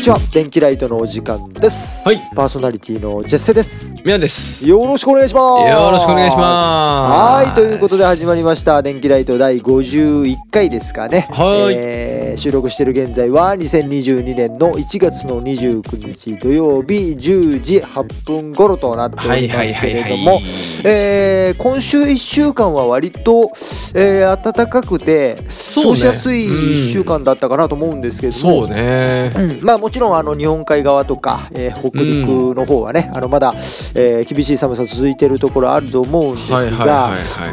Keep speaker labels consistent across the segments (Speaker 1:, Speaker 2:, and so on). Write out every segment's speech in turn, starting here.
Speaker 1: ちは電気ライトのお時間です
Speaker 2: はい
Speaker 1: パーソナリティのジェッセです
Speaker 2: ミヤンです。よ
Speaker 1: よろしくお願いします
Speaker 2: ろしくお願いします。
Speaker 1: はいということで始まりました「電気ライト第51回」ですかね、
Speaker 2: はい
Speaker 1: えー収録している現在は2022年の1月の29日土曜日10時8分頃となってお
Speaker 2: はい
Speaker 1: りま
Speaker 2: はい
Speaker 1: す
Speaker 2: は
Speaker 1: け
Speaker 2: い
Speaker 1: れ
Speaker 2: は
Speaker 1: ど
Speaker 2: い。
Speaker 1: も、えー今週1週間は割と、えー暖かくて過
Speaker 2: そうね
Speaker 1: ごしやすい1週間だったかなと思うんですけれども、
Speaker 2: そうね。
Speaker 1: うんまあもちろんあの日本海側とか、えー北陸の方はね、あのまだ、えー厳しい寒さ続いてるところあると思うんですが、
Speaker 2: はいはいはい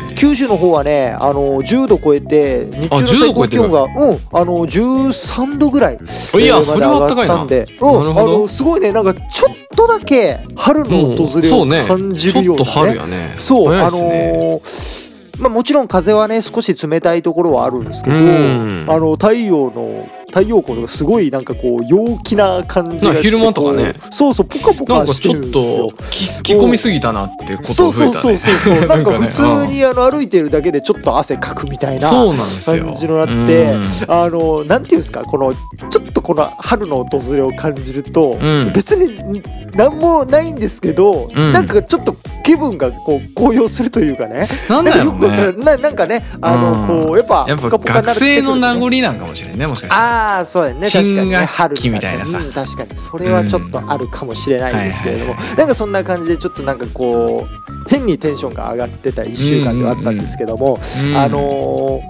Speaker 2: はい。
Speaker 1: 九州の方はねあの10度超えて日中の
Speaker 2: 10
Speaker 1: 最
Speaker 2: 度超
Speaker 1: 高
Speaker 2: えて
Speaker 1: 気
Speaker 2: る
Speaker 1: 温が、うん、あの13度ぐらい、
Speaker 2: おい
Speaker 1: え
Speaker 2: や
Speaker 1: ーま
Speaker 2: そ
Speaker 1: で
Speaker 2: れは
Speaker 1: 上
Speaker 2: 暖
Speaker 1: が
Speaker 2: か
Speaker 1: っ
Speaker 2: い
Speaker 1: た。
Speaker 2: なん
Speaker 1: で、うん、
Speaker 2: な
Speaker 1: あ
Speaker 2: るほど
Speaker 1: のすごいねなんかちょっとだけ春の
Speaker 2: うん
Speaker 1: 訪れ
Speaker 2: そ
Speaker 1: を
Speaker 2: うね
Speaker 1: 感じ
Speaker 2: ち
Speaker 1: るよ
Speaker 2: ょ
Speaker 1: う
Speaker 2: っ
Speaker 1: な
Speaker 2: と
Speaker 1: ね
Speaker 2: 春やね。
Speaker 1: そう、
Speaker 2: 早い
Speaker 1: あ
Speaker 2: っ
Speaker 1: の
Speaker 2: すね
Speaker 1: ーまあ、もちろん風はね少し冷たいところはあるんですけど、
Speaker 2: うん
Speaker 1: あの太陽の太陽光がすごいなんかこう陽気な感じがして
Speaker 2: 昼間とかね
Speaker 1: こうそうそうポカポ
Speaker 2: な
Speaker 1: カ
Speaker 2: んか
Speaker 1: し
Speaker 2: ち
Speaker 1: て
Speaker 2: ょ
Speaker 1: る
Speaker 2: っ
Speaker 1: んですよ
Speaker 2: とき着込みすぎたなってこと
Speaker 1: そう
Speaker 2: 増え
Speaker 1: そう
Speaker 2: た
Speaker 1: そう
Speaker 2: ね。
Speaker 1: そうそうなんか普通
Speaker 2: なんか
Speaker 1: にあの歩いてるだけでちょっと汗かくみたいな
Speaker 2: そうなんですよ。
Speaker 1: 感じのなって
Speaker 2: うん
Speaker 1: あのなんていうんですかこのちょっとこの春の訪れを感じると、
Speaker 2: うん
Speaker 1: 別に何もないんですけど、
Speaker 2: ん
Speaker 1: なんかちょっと気分がこう高揚するというかね
Speaker 2: なんだろ
Speaker 1: よ
Speaker 2: う
Speaker 1: くわから
Speaker 2: ね。
Speaker 1: んななんかねあの、
Speaker 2: うん
Speaker 1: こうやっぱ
Speaker 2: やっぱ
Speaker 1: ポカポカに
Speaker 2: 学
Speaker 1: なるってくる
Speaker 2: 生
Speaker 1: よ
Speaker 2: の
Speaker 1: ね
Speaker 2: 名残なんかもしれないねもしかしたら。
Speaker 1: ああそうだよね確かにね
Speaker 2: 新学期
Speaker 1: 春になって
Speaker 2: みたいなさ
Speaker 1: うん確かにそれはちょっとあるかもしれないんですけれども、
Speaker 2: うんはいはいはい
Speaker 1: なんかそんな感じでちょっとなんかこう変にテンションが上がってた1週間ではあったんですけども、
Speaker 2: うん
Speaker 1: あのー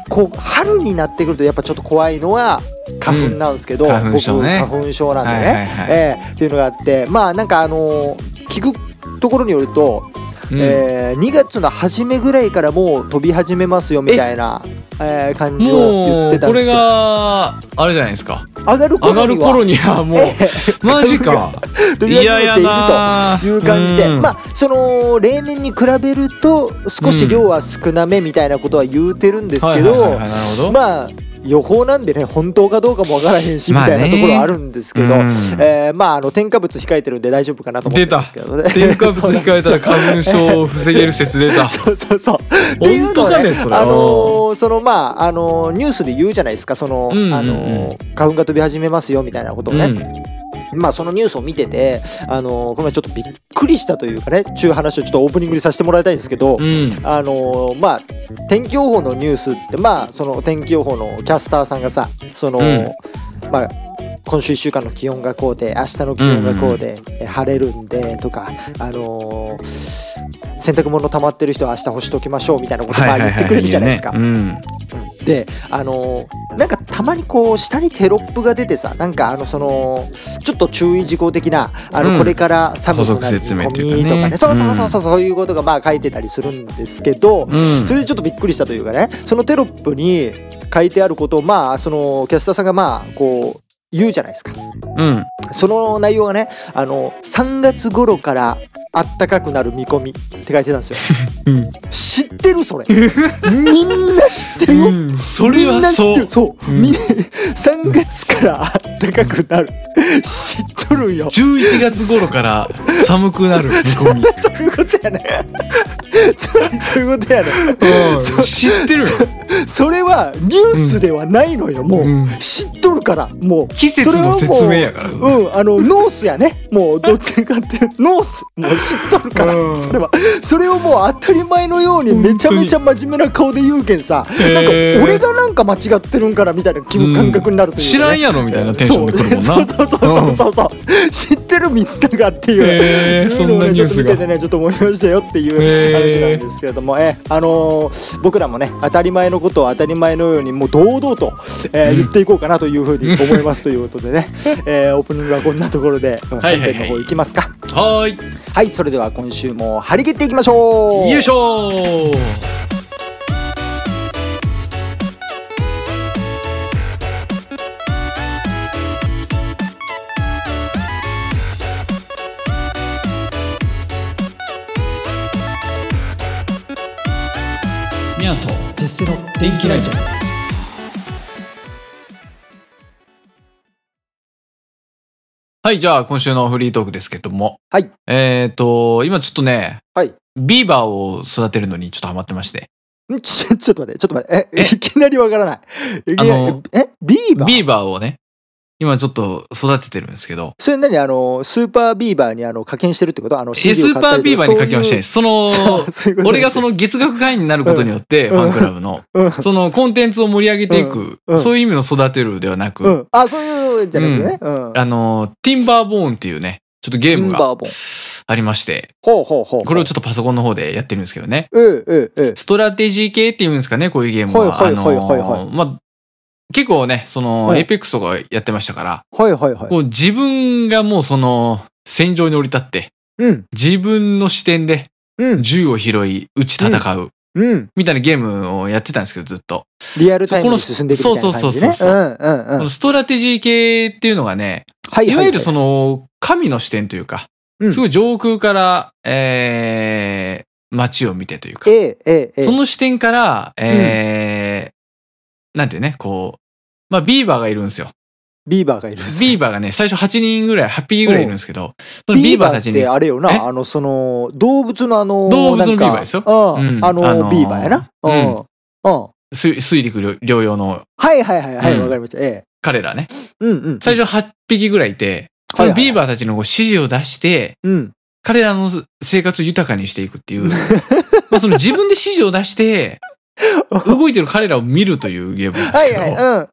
Speaker 1: こう春になってくるとやっぱちょっと怖いのは花粉なんですけど、
Speaker 2: うん花粉症ね
Speaker 1: 僕花粉症なんでね、
Speaker 2: はいはいはい
Speaker 1: えーっていうのがあってまあなんかあのー聞くところによると、
Speaker 2: うん
Speaker 1: えー2月の初めぐらいからもう飛び始めますよみたいな、えー感じを言っ
Speaker 2: も
Speaker 1: て
Speaker 2: う
Speaker 1: たん
Speaker 2: こ
Speaker 1: で
Speaker 2: れ
Speaker 1: すよ。
Speaker 2: があれじゃないですか。
Speaker 1: 上がる頃には
Speaker 2: 上がる頃にはも
Speaker 1: え
Speaker 2: うマジか。
Speaker 1: え飛び始めているという感じで、
Speaker 2: いややだーうん
Speaker 1: まあその例年に比べると少し量は少なめみたいなことは言うてるんですけ
Speaker 2: はいはいは
Speaker 1: ど
Speaker 2: いはいなるほど。
Speaker 1: まあ予報なんでね本当かどうかもわからへんしみ
Speaker 2: まあね
Speaker 1: たいなところはあるんですけど、
Speaker 2: うん
Speaker 1: えーまああの添加物控えてるんで大丈夫かなと思ってるんですけどね
Speaker 2: 添加物控えたら花粉症を防げる説出 た。
Speaker 1: そうそうそう。っていう
Speaker 2: 本
Speaker 1: の
Speaker 2: 当
Speaker 1: を
Speaker 2: か
Speaker 1: ね、
Speaker 2: ねそれ。
Speaker 1: あのーそのまああのーニュースで言うじゃないですかその、
Speaker 2: うんうんうん
Speaker 1: あのー花粉が飛び始めますよみたいなことをね、まあそのニュースを見てて、あのーこの前ちょっとびっくりしたというかねちゅう話をちょっとオープニングにさせてもらいたいんですけど、
Speaker 2: うん、うん、
Speaker 1: あのーまあ天気予報のニュースってまあその天気予報のキャスターさんがさその、
Speaker 2: うん
Speaker 1: まあ今週1週間の気温がこうで明日の気温がこうで、え晴れるんでとかあのー洗濯物溜まってる人は明日干しときましょうみたいなことまあ言ってくれるじゃないですか。
Speaker 2: うん、
Speaker 1: であのーなんかたまにこう下にテロップが出てさなんかあのそのちょっと注意事項的なあの、
Speaker 2: うん
Speaker 1: これから寒くなる
Speaker 2: 補足説明って
Speaker 1: 込み
Speaker 2: いう
Speaker 1: と
Speaker 2: か
Speaker 1: か
Speaker 2: ね
Speaker 1: ねそうそうそうそうそういうことがまあ書いてたりするんですけど、
Speaker 2: うん
Speaker 1: それでちょっとびっくりしたというかねそのテロップに書いてあることをまあそのキャスターさんがまあこう言うじゃないですか
Speaker 2: うん、
Speaker 1: その内容がねあの3月頃からあったかくなる見込みって書いてたんですよ 知ってるそれみんな知ってるよ、
Speaker 2: うん、それ
Speaker 1: みん
Speaker 2: は
Speaker 1: な知っ
Speaker 2: そ
Speaker 1: てる
Speaker 2: う。
Speaker 1: そう、
Speaker 2: うん
Speaker 1: みん、3月からあったかくなる知っとるんよ
Speaker 2: 十一月頃から寒くなる見込み。
Speaker 1: そういうことやねそうそういうことやね
Speaker 2: うん知ってるよ。
Speaker 1: それはニュースではないのよ、もう、
Speaker 2: うん
Speaker 1: 知っとるからもう
Speaker 2: 季節の説明やから
Speaker 1: それはもううんあのノースやねもうどっちかっていうとノースもう知っとるから、
Speaker 2: うん
Speaker 1: それはそれをもう当たり前のようにめちゃめちゃ真面目な顔で言うけんさ
Speaker 2: 当に
Speaker 1: なんか
Speaker 2: へー
Speaker 1: 俺がなんか間違ってるんからみたいな気分感覚になるという、ね
Speaker 2: 知らんやろみたいなテンションで来るもんな。
Speaker 1: そうそうそうそうそうそう知ってるみんながっていう、
Speaker 2: へー
Speaker 1: そういうのをねちょっと見ててねちょっと思いましたよっていう話なんですけれども、えーあのー僕らもね当たり前のことを当たり前のようにもう堂々と、えー
Speaker 2: うん
Speaker 1: 言っていこうかなというふうに思いますということ でね、えーオープニングはこんなところで、うん
Speaker 2: はいはいはい
Speaker 1: 本編の方行きますか
Speaker 2: はー
Speaker 1: はいそれでは今週も張り切っていきましょう
Speaker 2: い、よいしょー。ミヤと
Speaker 1: 絶世の電気ライト
Speaker 2: はい、じゃあ今週のフリートークですけども。
Speaker 1: はい。
Speaker 2: えっ、と、今ちょっとね、
Speaker 1: はい
Speaker 2: ビーバーを育てるのにちょっとハマってまして。
Speaker 1: んちょちょっと待ってちょっと待ってえ
Speaker 2: え
Speaker 1: いきなりわからないいきなり
Speaker 2: あの
Speaker 1: えビーバー
Speaker 2: ビーバーをね、今ちょっと育ててるんですけど。
Speaker 1: それ何あの、スーパービーバーにあの、課金してるってことあの、
Speaker 2: え、ス
Speaker 1: CD を
Speaker 2: ー
Speaker 1: 買っ
Speaker 2: パ
Speaker 1: た
Speaker 2: ー
Speaker 1: り
Speaker 2: ビー
Speaker 1: と
Speaker 2: バ
Speaker 1: か
Speaker 2: ーに課金はしてない。
Speaker 1: そ
Speaker 2: その、
Speaker 1: ういう そういうこと
Speaker 2: 俺がその月額会員になることによっ
Speaker 1: う
Speaker 2: て、フ
Speaker 1: ん
Speaker 2: ァンクラブの、
Speaker 1: うん
Speaker 2: そのコンテンツを盛り上げていく、
Speaker 1: うんうん
Speaker 2: そういう意味の育てるではなく、
Speaker 1: うん。あ、そういうじゃなくてね。うん。
Speaker 2: あの、ティンバーボーンっていうね、ちょっとゲー
Speaker 1: テ
Speaker 2: ム
Speaker 1: ィンバ
Speaker 2: が
Speaker 1: ーボーン
Speaker 2: ありまして、
Speaker 1: ほうほうほう。
Speaker 2: これを
Speaker 1: ょ
Speaker 2: ちょっとパソコンの方でやってるんですけどね。
Speaker 1: っと。うんうんうん。
Speaker 2: ストラテジー系っていうんですかね、こういうゲームは。
Speaker 1: はいはいはいはいはい
Speaker 2: あのーまあ、結構ね、その、
Speaker 1: はい
Speaker 2: エイペックスとかやってましたから、
Speaker 1: はいはいはい。
Speaker 2: こう自分がもうその、戦場に降り立って、
Speaker 1: うん。
Speaker 2: 自分の視点で
Speaker 1: うん。
Speaker 2: 銃を拾い、撃ち戦う、
Speaker 1: うん。
Speaker 2: みたいなゲームをやってたんですけど、ずっと。
Speaker 1: リアルタイムに進んでいくみたいな感じね。
Speaker 2: そうそうそうそう
Speaker 1: うんうんうん。
Speaker 2: このストラテジー系っていうのがね、
Speaker 1: はい
Speaker 2: わゆるそ
Speaker 1: の、
Speaker 2: の、神の視点というか、
Speaker 1: うん
Speaker 2: すごい上空から、えー、街を見てというか、
Speaker 1: ええええええ。
Speaker 2: その視点から、えーなんていうね、こう、まあ、ビーバーがいるんですよ。
Speaker 1: ビーバーがいるんですよ。
Speaker 2: ビーバーがね、最初8人ぐらい、8匹ぐらいいるんですけど、そのビ
Speaker 1: ビ
Speaker 2: ー
Speaker 1: ー
Speaker 2: バ
Speaker 1: バー
Speaker 2: ーた
Speaker 1: っ
Speaker 2: ちに、
Speaker 1: てあれよ
Speaker 2: え
Speaker 1: な、あの、その、動物のあの、
Speaker 2: 動物の
Speaker 1: なんか
Speaker 2: ビーバーですよ
Speaker 1: う
Speaker 2: うん
Speaker 1: ん。あ
Speaker 2: あのー
Speaker 1: の、ビーバーやな。うん。
Speaker 2: うん
Speaker 1: うん。
Speaker 2: す水陸両両用の
Speaker 1: はいはいはいは
Speaker 2: う
Speaker 1: い、
Speaker 2: ん
Speaker 1: わかりました。ええ。
Speaker 2: 彼らね、
Speaker 1: うんうん。
Speaker 2: 最初8匹ぐらいいて、
Speaker 1: は
Speaker 2: そ
Speaker 1: い
Speaker 2: の
Speaker 1: はい
Speaker 2: ビーバーたちのこう指示を出して、
Speaker 1: うん。
Speaker 2: 彼らの生活を豊かにしていく っていう、まあその自分で指示を出して、動いてる彼らを見るというゲームなんで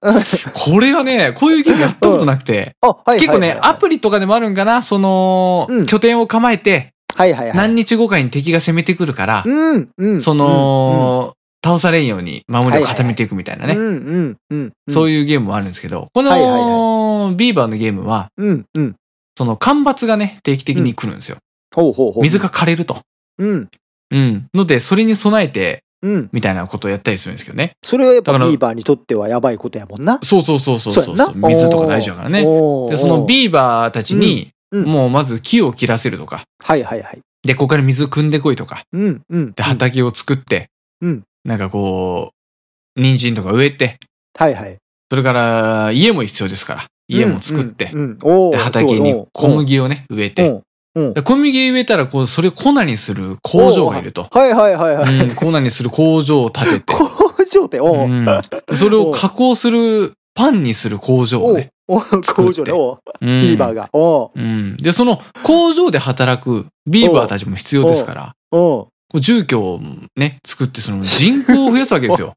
Speaker 1: は
Speaker 2: す
Speaker 1: い
Speaker 2: けど、
Speaker 1: はい、うん。うん
Speaker 2: これがね、こういうゲームやったことなくて、
Speaker 1: あ、はいはいはい。
Speaker 2: 結構ね、アプリとかでもあるんかな、その、
Speaker 1: うん
Speaker 2: 拠点を構えて、
Speaker 1: はいはいはい。
Speaker 2: 何日後かに敵が攻めてくるから、
Speaker 1: うん、うん。
Speaker 2: その、倒されんように守りを固めていくみたいな
Speaker 1: うん、う
Speaker 2: ね、
Speaker 1: ん、うん、うん。
Speaker 2: そう
Speaker 1: い
Speaker 2: いうゲームもあるんですけど、この、
Speaker 1: はいは
Speaker 2: ビーバーのゲームは、
Speaker 1: うん。うん、うん。
Speaker 2: その干ばつがね、定期的に来るんですよ。
Speaker 1: ほうほうほう。
Speaker 2: 水が。枯れると。
Speaker 1: うん、
Speaker 2: うん。ので、それに備えて、
Speaker 1: うん。
Speaker 2: みたいなことをやったりするんですけどね。
Speaker 1: それはやっぱ
Speaker 2: だから
Speaker 1: ビーバーにとってはやばいことやもんな。
Speaker 2: そうそうそうそうそう
Speaker 1: やんな
Speaker 2: 水とか大事だからね。
Speaker 1: おー
Speaker 2: で、その、ビーバーたちに、
Speaker 1: うんうん
Speaker 2: もうまず木を切らせるとか、
Speaker 1: はいはいはい。
Speaker 2: で、ここから水汲んでこいとか、
Speaker 1: うん、うん。
Speaker 2: で、畑を作って、
Speaker 1: うん
Speaker 2: なんかこう、人参とか植えて、
Speaker 1: はいはい。
Speaker 2: それから家も必要ですから、家も作って、
Speaker 1: うんうんうんおー
Speaker 2: で、畑
Speaker 1: そう
Speaker 2: に
Speaker 1: おー
Speaker 2: 小麦をね、植えて、
Speaker 1: おーうん
Speaker 2: で小麦植えたら、こう、それを粉にする工場がいると。
Speaker 1: はいはいはいはい。
Speaker 2: うん、粉にする工場を建て て、
Speaker 1: 工場って、おう
Speaker 2: うんそれを加工する、パンにする工場
Speaker 1: お
Speaker 2: を
Speaker 1: う
Speaker 2: ね。
Speaker 1: おう工場
Speaker 2: 作って
Speaker 1: で、おう
Speaker 2: うん
Speaker 1: ビーバーが。おう
Speaker 2: うん。で、その工場で働くビーバーたちも必要ですから、
Speaker 1: おう
Speaker 2: こう住居をね、作って、その人口を増やすわけですよ。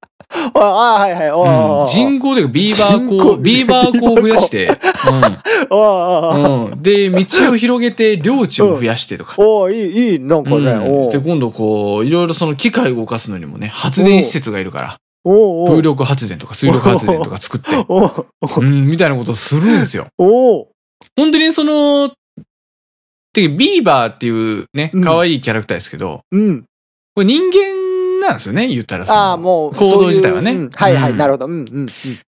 Speaker 1: ああ、はいはい。おう
Speaker 2: う
Speaker 1: お
Speaker 2: ん
Speaker 1: う
Speaker 2: 人口でビーバー
Speaker 1: 人
Speaker 2: 校、
Speaker 1: 口
Speaker 2: ビーバー校を増やして、
Speaker 1: おうおうおう
Speaker 2: うんうんで、道を広げて、領地を増やしてとか。
Speaker 1: おういい、いい、なんか
Speaker 2: うん
Speaker 1: ね。おう
Speaker 2: で、今度こう、いろいろその機械を動かすのにもね、発電施設がいるから、
Speaker 1: おうおう
Speaker 2: 風力発電とか水力発電とか作って、
Speaker 1: おう
Speaker 2: うん、みたいなことをするんですよ。
Speaker 1: おう
Speaker 2: 本当にその、てかビーバーっていうね
Speaker 1: うん、
Speaker 2: 可愛いキャラクターですけど、
Speaker 1: うん。
Speaker 2: これ人間なんですよね、言ったらその
Speaker 1: ああ、もう。
Speaker 2: 行動
Speaker 1: そういう
Speaker 2: 自体はね
Speaker 1: うんはいは
Speaker 2: う
Speaker 1: い、
Speaker 2: ん
Speaker 1: なるほど。うんうんうん。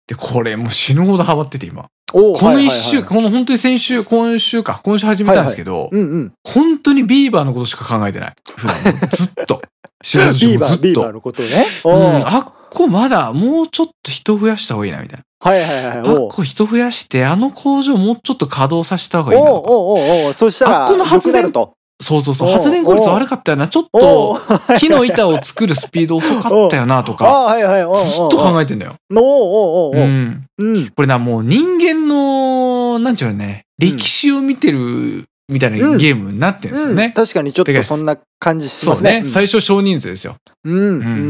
Speaker 2: で、これもう死ぬほどハマってて今。
Speaker 1: おう
Speaker 2: こ
Speaker 1: はいはい
Speaker 2: の
Speaker 1: はい
Speaker 2: 一週、この本当に先週、今週か、今週始めたんですけど、
Speaker 1: うんうん。
Speaker 2: 本当にビーバーのことしか考えてない。普段もうずっ と。仕事中
Speaker 1: ビー
Speaker 2: も
Speaker 1: バ
Speaker 2: ず
Speaker 1: ー、
Speaker 2: っ
Speaker 1: ビーバー
Speaker 2: と。
Speaker 1: のことね。
Speaker 2: う
Speaker 1: おうは
Speaker 2: ん、あっこまだもうちょっと人増やした方がいいなみたいな。
Speaker 1: いはいはい。
Speaker 2: あっ
Speaker 1: おう
Speaker 2: こ人増やして、あの工場もうちょっと稼働させた方がいいな
Speaker 1: お
Speaker 2: とか。
Speaker 1: うおうおうおうそしたら、
Speaker 2: あっこの発電
Speaker 1: 良くなると。
Speaker 2: そうそうそう。
Speaker 1: おう
Speaker 2: 発電効率悪かったよな。ちょっ
Speaker 1: おう
Speaker 2: と木の板を作るスピード遅かったよなとか。
Speaker 1: あはいはい。 おうおうおう
Speaker 2: ずっと考えてんだよ。
Speaker 1: おうおうおう
Speaker 2: う。
Speaker 1: おうんうん。
Speaker 2: これな、もう人間の、なんちゅうのね、
Speaker 1: うん
Speaker 2: 歴史を見てるみたいな
Speaker 1: うん
Speaker 2: ゲームになってんですよ
Speaker 1: う
Speaker 2: ね。
Speaker 1: ん確かにちょって
Speaker 2: か
Speaker 1: とそんな感じし
Speaker 2: そ
Speaker 1: ま
Speaker 2: う
Speaker 1: す
Speaker 2: ね
Speaker 1: ね。
Speaker 2: 最初少人数ですよ、
Speaker 1: うん。う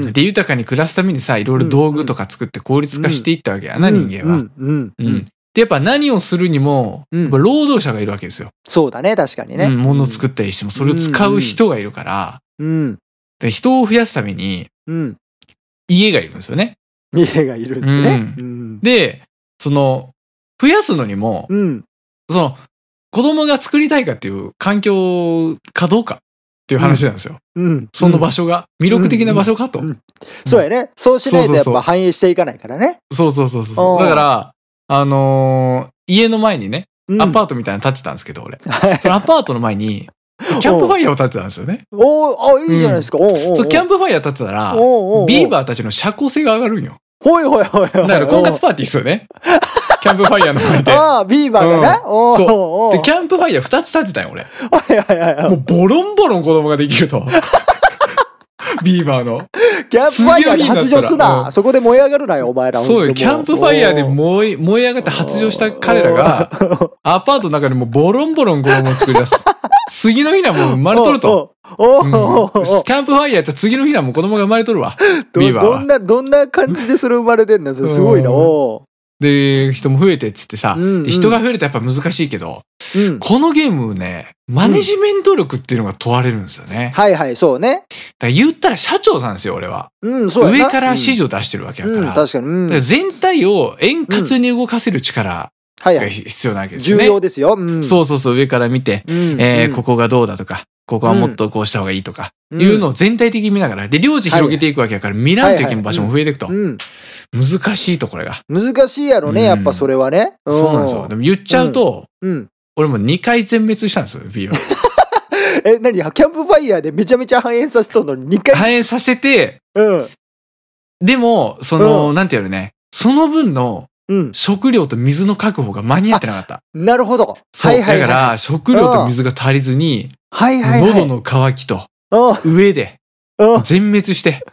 Speaker 1: ん
Speaker 2: で豊かに暮らすためにさいろいろ道具とか作って効率化していったわけやな、人間は、
Speaker 1: うんうんう
Speaker 2: うんんでやっぱ何をするにも、
Speaker 1: うん
Speaker 2: やっぱ労働者がいるわけですよ、
Speaker 1: そうだね、確かに
Speaker 2: う
Speaker 1: ね。
Speaker 2: ん、物を作ったりしてもそれを使う人がいるから、
Speaker 1: うん。
Speaker 2: で人を増やすために
Speaker 1: うん。
Speaker 2: 家がいるんですよね
Speaker 1: 家がいるんですね。うん。
Speaker 2: でその増やすのにも、
Speaker 1: うん。
Speaker 2: その子供が作りたいかっていう環境かどうかっていう話なんですよ、
Speaker 1: うん。
Speaker 2: その場所が魅力的な場所かと、
Speaker 1: うんうんそうやね。そうしないとやっぱ反映していかないからね。
Speaker 2: そうそうそうそう
Speaker 1: あー
Speaker 2: だからあのー家の前にねアパートみたいなの建てたんですけど、 俺。
Speaker 1: ー
Speaker 2: そのアパートの前に、キャンプファイヤーを建てたんですよね。
Speaker 1: おーあ、いいじゃないですか。おーお
Speaker 2: そう、キャン
Speaker 1: プ
Speaker 2: プファイヤー建てたら、
Speaker 1: お
Speaker 2: ビー
Speaker 1: ー
Speaker 2: バーたちの社交性が上がるんよ。
Speaker 1: ほいほいほいほい。
Speaker 2: だから婚活パーティーです よね。キャンプファイヤーの前で。
Speaker 1: ああ、ビーバーがね。おーおー
Speaker 2: で、キャンプファイヤー2つ建てたんよ、俺。
Speaker 1: はいはいはいはい
Speaker 2: もうボロンボロン子供ができると。ビーバーの。
Speaker 1: キャンプファイヤーで
Speaker 2: 強い日になったら
Speaker 1: 発情す
Speaker 2: う
Speaker 1: なんそこで燃え上がるなよお前ら
Speaker 2: そうよ、
Speaker 1: 本当
Speaker 2: キ
Speaker 1: も
Speaker 2: ャンプファイヤーで燃え燃え上がって発情した彼らが、アパートの中でもうボロンボロン衣を 作り出す。次の日にはもう生まれとると。
Speaker 1: おおお
Speaker 2: うんキ
Speaker 1: おおお
Speaker 2: ャンプファイヤーやったら次の日にはもう子供が生まれとるわ。
Speaker 1: ど
Speaker 2: ビーバー
Speaker 1: ど
Speaker 2: は
Speaker 1: んなどんな感じでそれ生まれてんだそれすごいな
Speaker 2: うん
Speaker 1: お
Speaker 2: で、人も増えてっつってさ、
Speaker 1: うんうん
Speaker 2: で人が増えるとやっぱ難しいけど、
Speaker 1: ーうん
Speaker 2: このゲームね、マネジメント力っていうのが問われるんですよね。だか
Speaker 1: はいはいそうね
Speaker 2: ら言ったら社長なんですよ、俺は。
Speaker 1: うんそうやな
Speaker 2: 上から指示を出してるわけだ
Speaker 1: う
Speaker 2: か
Speaker 1: ん
Speaker 2: ら。
Speaker 1: うん確かにうん
Speaker 2: だから全体を円滑に動かせる力
Speaker 1: はいは
Speaker 2: が
Speaker 1: い
Speaker 2: 必要なわけです
Speaker 1: 重
Speaker 2: よね。
Speaker 1: 要ですようん
Speaker 2: そうそうそう、上から見て、
Speaker 1: うん
Speaker 2: えー
Speaker 1: うん
Speaker 2: ここがどうだとか、ここはもっとこうした方がいいとか、いうのを全体的に見ながら、で、領地広げていくわけだから、見らんといけん場所も増えていくと
Speaker 1: う。ん
Speaker 2: 難しいと、これが。
Speaker 1: 難しいやろね
Speaker 2: うん
Speaker 1: やっぱそれはね
Speaker 2: そうなんですよ。でも言っちゃうと、
Speaker 1: うん
Speaker 2: 俺も2回全滅したんですよ、ビーバー。
Speaker 1: え何キャンプファイヤーでめちゃめちゃ反映させとんのに2回
Speaker 2: 反映させて、
Speaker 1: うん
Speaker 2: でも、その、
Speaker 1: う
Speaker 2: なんていうのね、その分の
Speaker 1: うん
Speaker 2: 食料と水の確保が間に合ってなか った。
Speaker 1: なるほど
Speaker 2: そう。だから、食料
Speaker 1: う
Speaker 2: と
Speaker 1: ん
Speaker 2: 水が足りずに、
Speaker 1: はいはいはい
Speaker 2: 喉の渇きと、
Speaker 1: うん
Speaker 2: 上で、
Speaker 1: うん
Speaker 2: 全滅して。